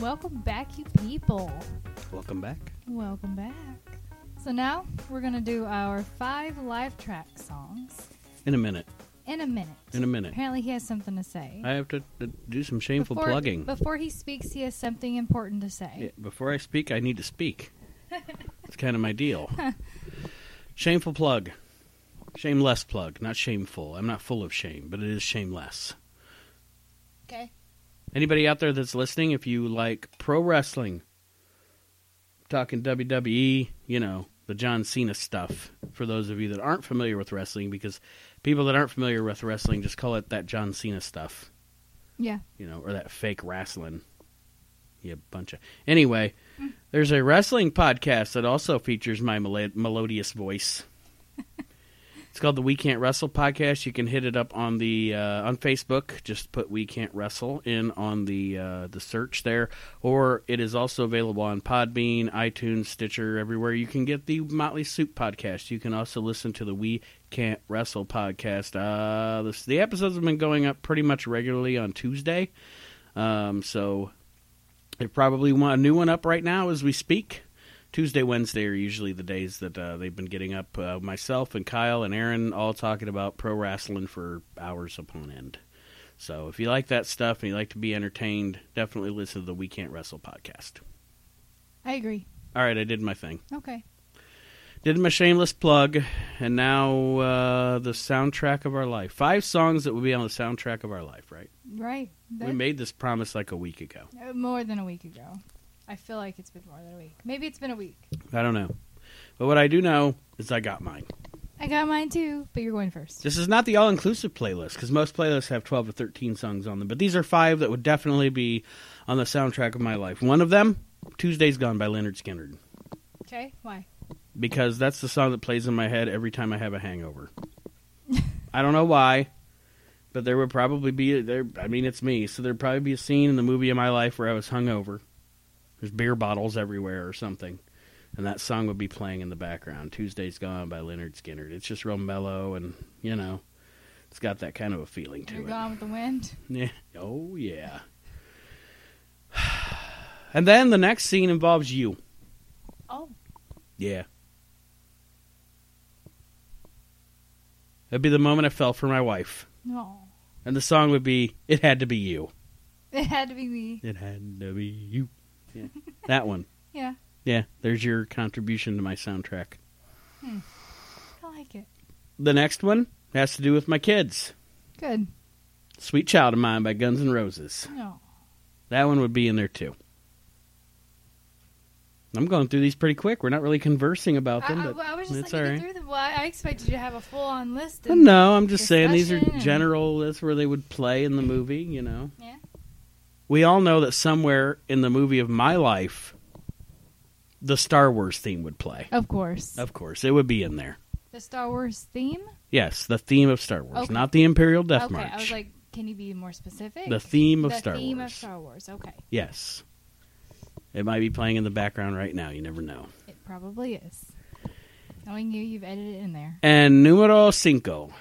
Welcome back, you people. Welcome back. Welcome back. So now we're gonna do our five live track songs In a minute. in a minute. In a minute. Apparently, he has something to say. I have to to do some shameful before, plugging. Before he speaks, he has something important to say. Yeah, before I speak, I need to speak. It's kind of my deal. Shameful plug. Shameless plug. Not shameful. I'm not full of shame, but it is shameless. Okay. Anybody out there that's listening, if you like pro wrestling, talking WWE, you know, the John Cena stuff, for those of you that aren't familiar with wrestling, because people that aren't familiar with wrestling just call it that John Cena stuff, Yeah. you know, or that fake wrestling. You bunch of. Anyway, there's a wrestling podcast that also features my melo- melodious voice. It's called the We Can't Wrestle podcast. You can hit it up on the uh, on Facebook. Just put We Can't Wrestle in on the uh, the search there, or it is also available on Podbean, iTunes, Stitcher, everywhere you can get the Motley Soup podcast. You can also listen to the We Can't Wrestle podcast. Uh, this, the episodes have been going up pretty much regularly on Tuesday, um, so they probably want a new one up right now as we speak. Tuesday, Wednesday are usually the days that uh, they've been getting up. Uh, myself and Kyle and Aaron all talking about pro wrestling for hours upon end. So if you like that stuff and you like to be entertained, definitely listen to the We Can't Wrestle podcast. I agree. All right, I did my thing. Okay. Did my shameless plug, and now uh, the soundtrack of our life. Five songs that will be on the soundtrack of our life, right? Right. we That- made this promise like a week ago. uh, more than a week ago. I feel like it's been more than a week. Maybe it's been a week. I don't know. But what I do know is I got mine. I got mine too, but you're going first. This is not the all inclusive playlist because most playlists have 12 or 13 songs on them, but these are five that would definitely be on the soundtrack of my life. One of them, Tuesday's Gone by Leonard Skinner, Okay. Why? because that's the song that plays in my head every time I have a hangover. I don't know why, but there would probably be, there. I mean, it's me, so there'd probably be a scene in the movie of my life where I was hungover. There's beer bottles everywhere or something. And that song would be playing in the background. Tuesday's Gone by Leonard Skinner. It's just real mellow and, you know, it's got that kind of a feeling to You're it. gone with the wind. Yeah. Oh yeah. [SIGHS] And then the next scene involves you. Oh. Yeah. That'd be the moment I fell for my wife. No. And the song would be It Had to Be You. It had to be me. It had to be you. Yeah. that one. Yeah. Yeah. There's your contribution to my soundtrack. I like it. The next one has to do with my kids. Good. Sweet Child of Mine by Guns N' Roses. No. That one would be in there too. I'm going through these pretty quick. We're not really conversing about I, them, I- but I was just it's looking all right. through them. Well, I I expected you to have a full on list. and- no, I'm just saying these are discussion and- general. That's where they would play in the movie. You know, Yeah. we all know that somewhere in the movie of my life, the Star Wars theme would play. Of course. Of course, it would be in there. the Star Wars theme? Yes, the theme of Star Wars, Okay. not the Imperial Death okay. March. I was like, can you be more specific? the theme of the Star theme Wars. of Star Wars. Okay. yes, it might be playing in the background right now. You never know. It probably is. Knowing you, you've edited it in there. And numero cinco.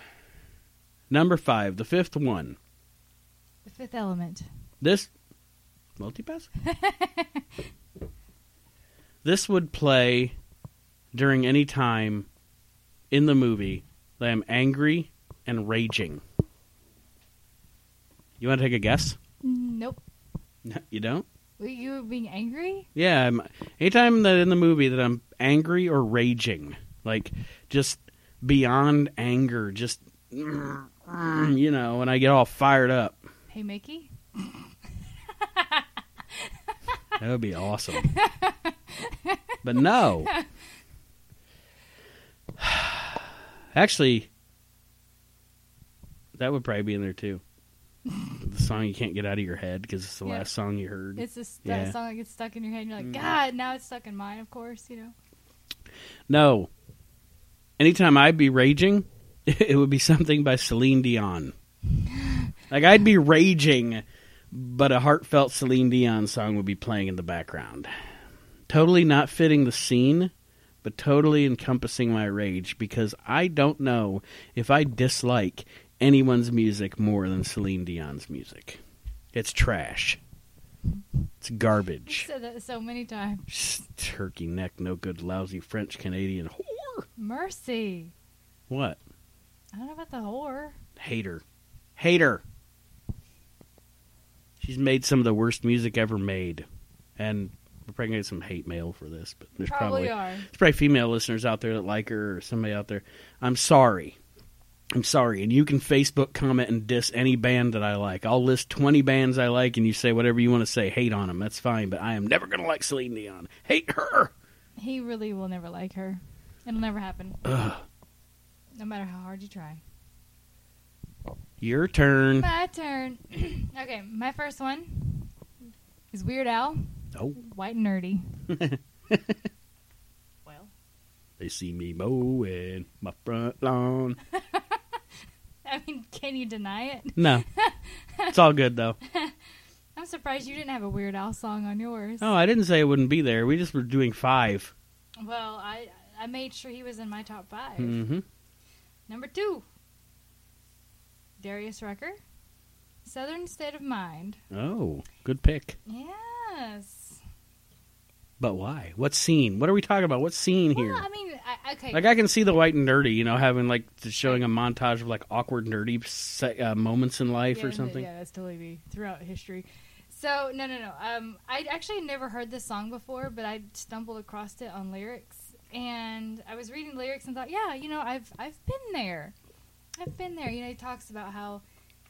Number five, the fifth one. The fifth element. This [LAUGHS] multipass? this would play during any time in the movie that I'm angry and raging. You want to take a guess? Nope. No, you don't? Were you being angry? Yeah, I'm, anytime that in the movie that I'm angry or raging, like just beyond anger, just [CLEARS THROAT] you know, and I get all fired up. Hey, Mickey. That would be awesome. but no. [SIGHS] Actually, that would probably be in there too. the song you can't get out of your head because it's the Yeah. last song you heard. It's this Yeah. that song that gets stuck in your head, and you're like, Mm. God, now it's stuck in mine, of course, you know. No. Anytime I'd be raging, [LAUGHS] it would be something by Celine Dion. like I'd be raging, but a heartfelt Celine Dion song would be playing in the background. Totally not fitting the scene, but totally encompassing my rage because I don't know if I dislike anyone's music more than Celine Dion's music. It's trash. It's You garbage. said that so many times. Turkey neck, no good, lousy French Canadian whore. Mercy. What? I don't know about the whore. Hater. Hater. She's made some of the worst music ever made. And we're probably going to get some hate mail for this, but there's probably, Probably are. there's probably female listeners out there that like her or somebody out there. I'm sorry. I'm sorry. And you can Facebook comment and diss any band that I like. I'll list 20 bands I like and you say whatever you want to say. Hate on them. That's fine. But I am never going to like Celine Dion. Hate her. He really will never like her. It'll never happen. Ugh. No matter how hard you try. Your turn. My turn. [CLEARS THROAT] okay, my first one is Weird Al, Oh, White and Nerdy. [LAUGHS] well, they see me mowing my front lawn. I mean, can you deny it? No. it's all good though. I'm surprised you didn't have a Weird Al song on yours. No, Oh, I didn't say it wouldn't be there. We just were doing 5 Well, I I made sure he was in my top 5 Mm-hmm. Number two, Darius Rucker, Southern State of Mind. Oh, good pick. Yes. But why? What scene? What are we talking about? What scene here? Well, I mean, I, okay. Like I can see the white and nerdy, you know, having like just showing a montage of like awkward nerdy se- uh, moments in life Yeah, or th- something. Yeah, that's totally me throughout history. So no, no, no. Um, I actually never heard this song before, but I stumbled across it on lyrics, and I was reading lyrics and thought, yeah, you know, I've I've been there, I've been there. You know, he talks about how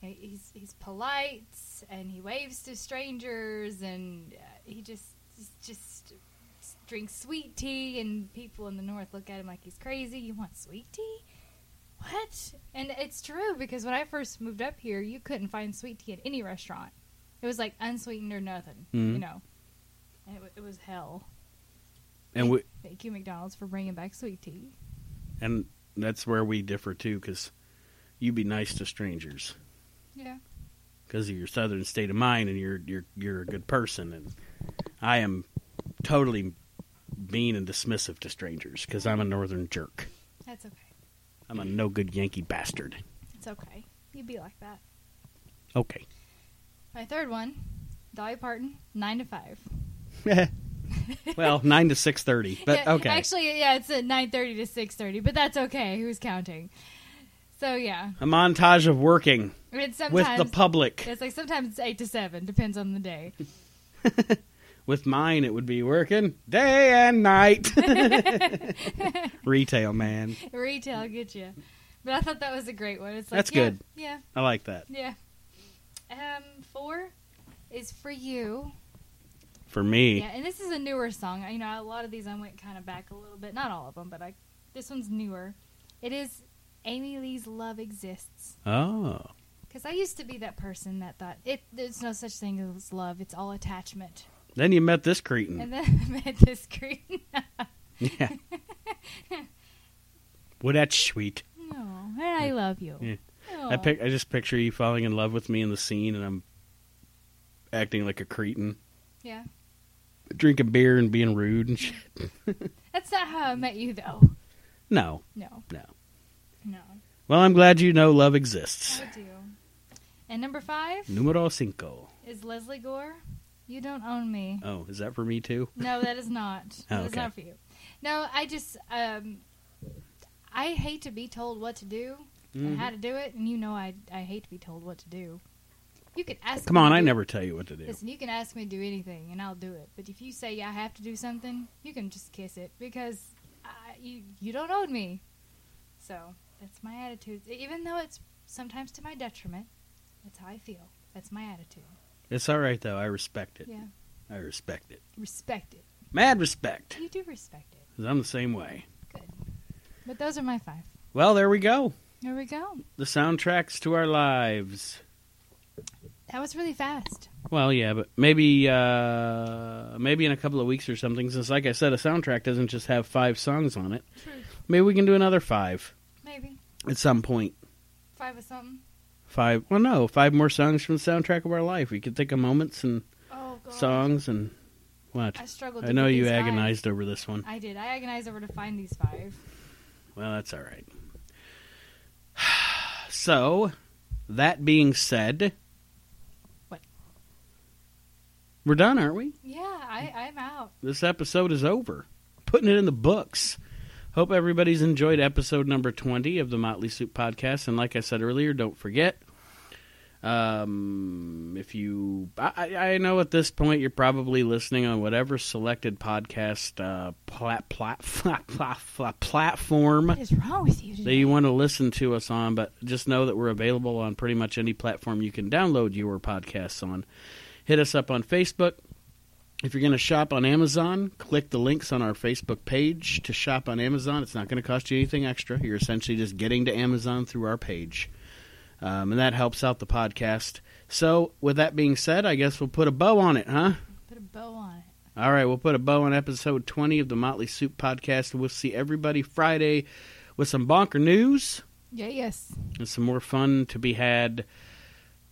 he- he's he's polite and he waves to strangers and uh, he just he's just drinks sweet tea and people in the north look at him like he's crazy. You want sweet tea? What? And it's true because when I first moved up here, you couldn't find sweet tea at any restaurant. It was like unsweetened or nothing, Mhm. you know. And it, wa- it was hell. And we Thank you, McDonald's, for bringing back sweet tea. and that's where we differ too, because you be nice to strangers Yeah. because of your southern state of mind, and you're you're you're a good person, and I am totally mean and dismissive to strangers because I'm a northern jerk. That's okay. I'm a no good Yankee bastard. It's okay. You'd be like that. [LAUGHS] Okay. My third one, Dolly Parton, 9 to 5. well, nine to six thirty, but Yeah, okay. Actually, yeah, it's at 9.30 to 6.30, but that's okay. Who's counting? So, yeah. a montage of working It's with sometimes, the public. It's like sometimes it's 8 to 7, depends on the day. [LAUGHS] With mine, it would be working day and [LAUGHS] night. Retail man, Retail get you. But I thought that was a great one. It's like, That's yeah, good. Yeah, I like that. yeah. Um, four is for you. For me, Yeah, and this is a newer song. You know, a lot of these I went kind of back a little bit. Not all of them, but I this one's newer. It is Amy Lee's "Love Exists" oh, because I used to be that person that thought it. There's no such thing as love. It's all attachment. then you met this cretin. And then [LAUGHS] I met this green. [LAUGHS] yeah. [LAUGHS] well, that's sweet. No, and I love you. Yeah. No. I pic- I just picture you falling in love with me in the scene, and I'm acting like a cretin, Yeah, drinking beer and being rude and shit. that's not how I met you though. No, No, no. no. Well, I'm glad you know love exists. I do. And number five Numero cinco. is Leslie Gore. You don't own me. Oh, is that for me too? No, that [LAUGHS] is not. Oh, That is okay. not for you. No, I just um, I Mm-hmm. hate Mm-hmm. to be told what to do and how to do it, and you know I I hate to be told what to do. You can ask. Come me on, to I do- never tell you what to do. Listen, you can ask me to do anything, and I'll do it. But if you say I have to do something, you can just kiss it because I, you you don't own me. So that's my attitude. E, Even though it's sometimes to my detriment, that's how I feel. That's my attitude. It's all right though. I respect it. Yeah, I respect it. respect it. Mad respect. You do respect it. 'cause I'm the same way. Good. But those are my five. Well, there we go. There we go. The soundtracks to our lives. That was really fast. Well, yeah, but maybe uh, maybe in a couple of weeks or something, since like I said, a soundtrack doesn't just have five songs on it. True. Maybe we can do another five Maybe at some point. five or something. Five, well, no, five more songs from the soundtrack of our life. We could think of moments and Oh God. songs and what. I struggled. To I know pick you these five. agonized over this one. I did. I agonized over to find these five. Well, that's all right. [SIGHS] So, that being said, What? We're done, aren't we? Yeah, I, I'm out. This episode is over. Putting it in the books. Hope everybody's enjoyed episode number 20 of the Motley Soup podcast. And like I said earlier, don't forget. Um, if you, I, I I know at this point you're probably listening on whatever selected podcast uh, plat, plat, [LAUGHS] plat, plat, plat, platform What is wrong with you? that Today? you want to listen to us on, but just know that we're available on pretty much any platform you can download your podcasts on. Hit us up on Facebook. If you're going to shop on Amazon, click the links on our Facebook page to shop on Amazon. It's not going to cost you anything extra. You're essentially just getting to Amazon through our page. Um, and that helps out the podcast. So, with that being said, I guess we'll put a bow on it, huh? Put a bow on it. All right, we'll put a bow on episode 20 of the Motley Soup podcast. We'll see everybody Friday with some bonker news Yeah, yes. and some more fun to be had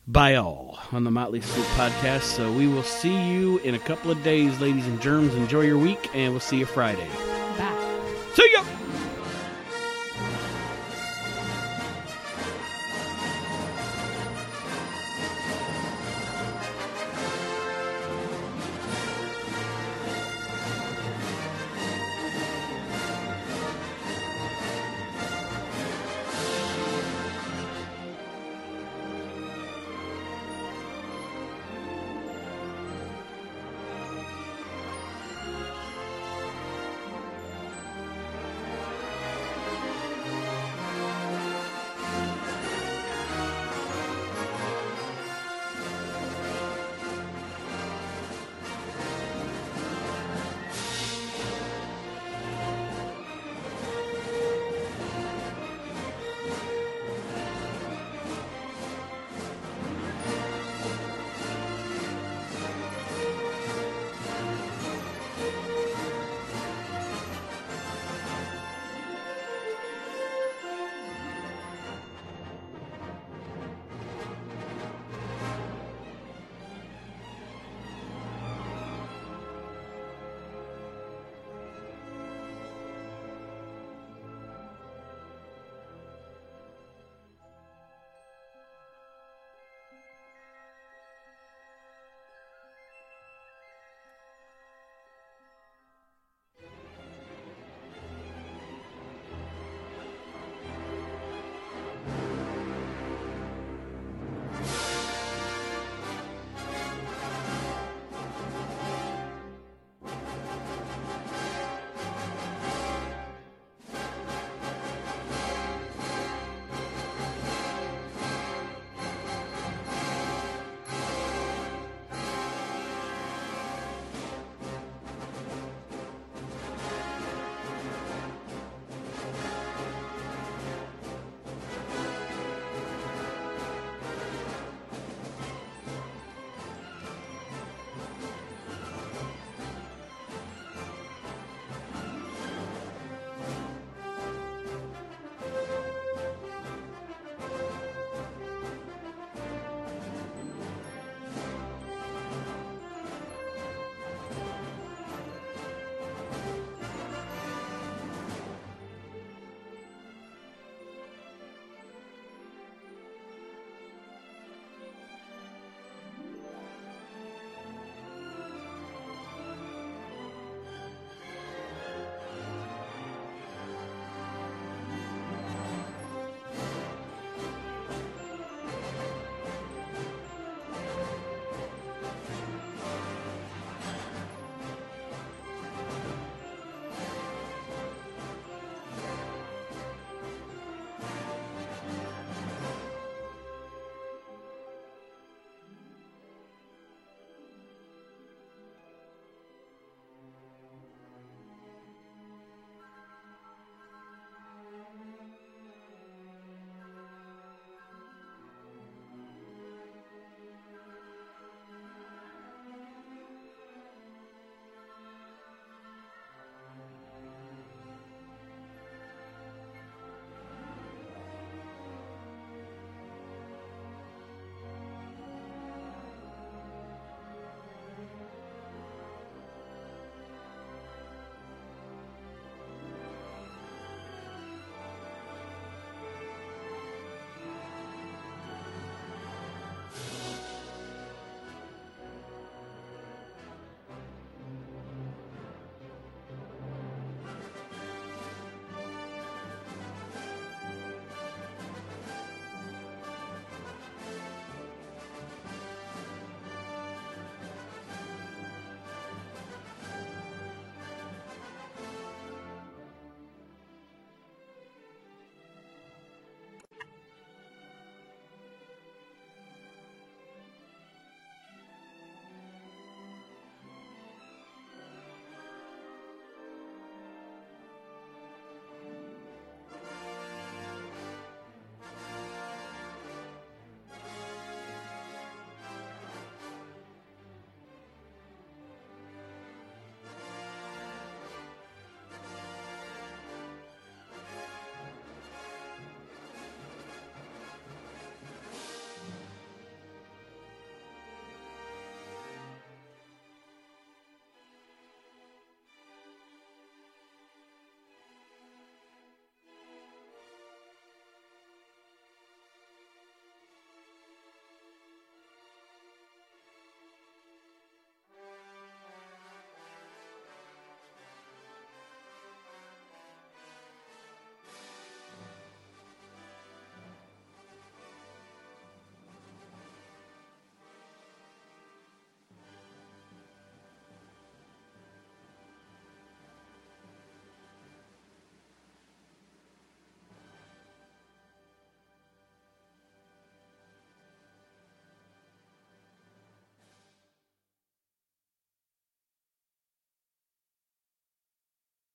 by all on the Motley Soup podcast. So we will see you in a couple of days, ladies and germs. Enjoy your week, and we'll see you Friday. Bye.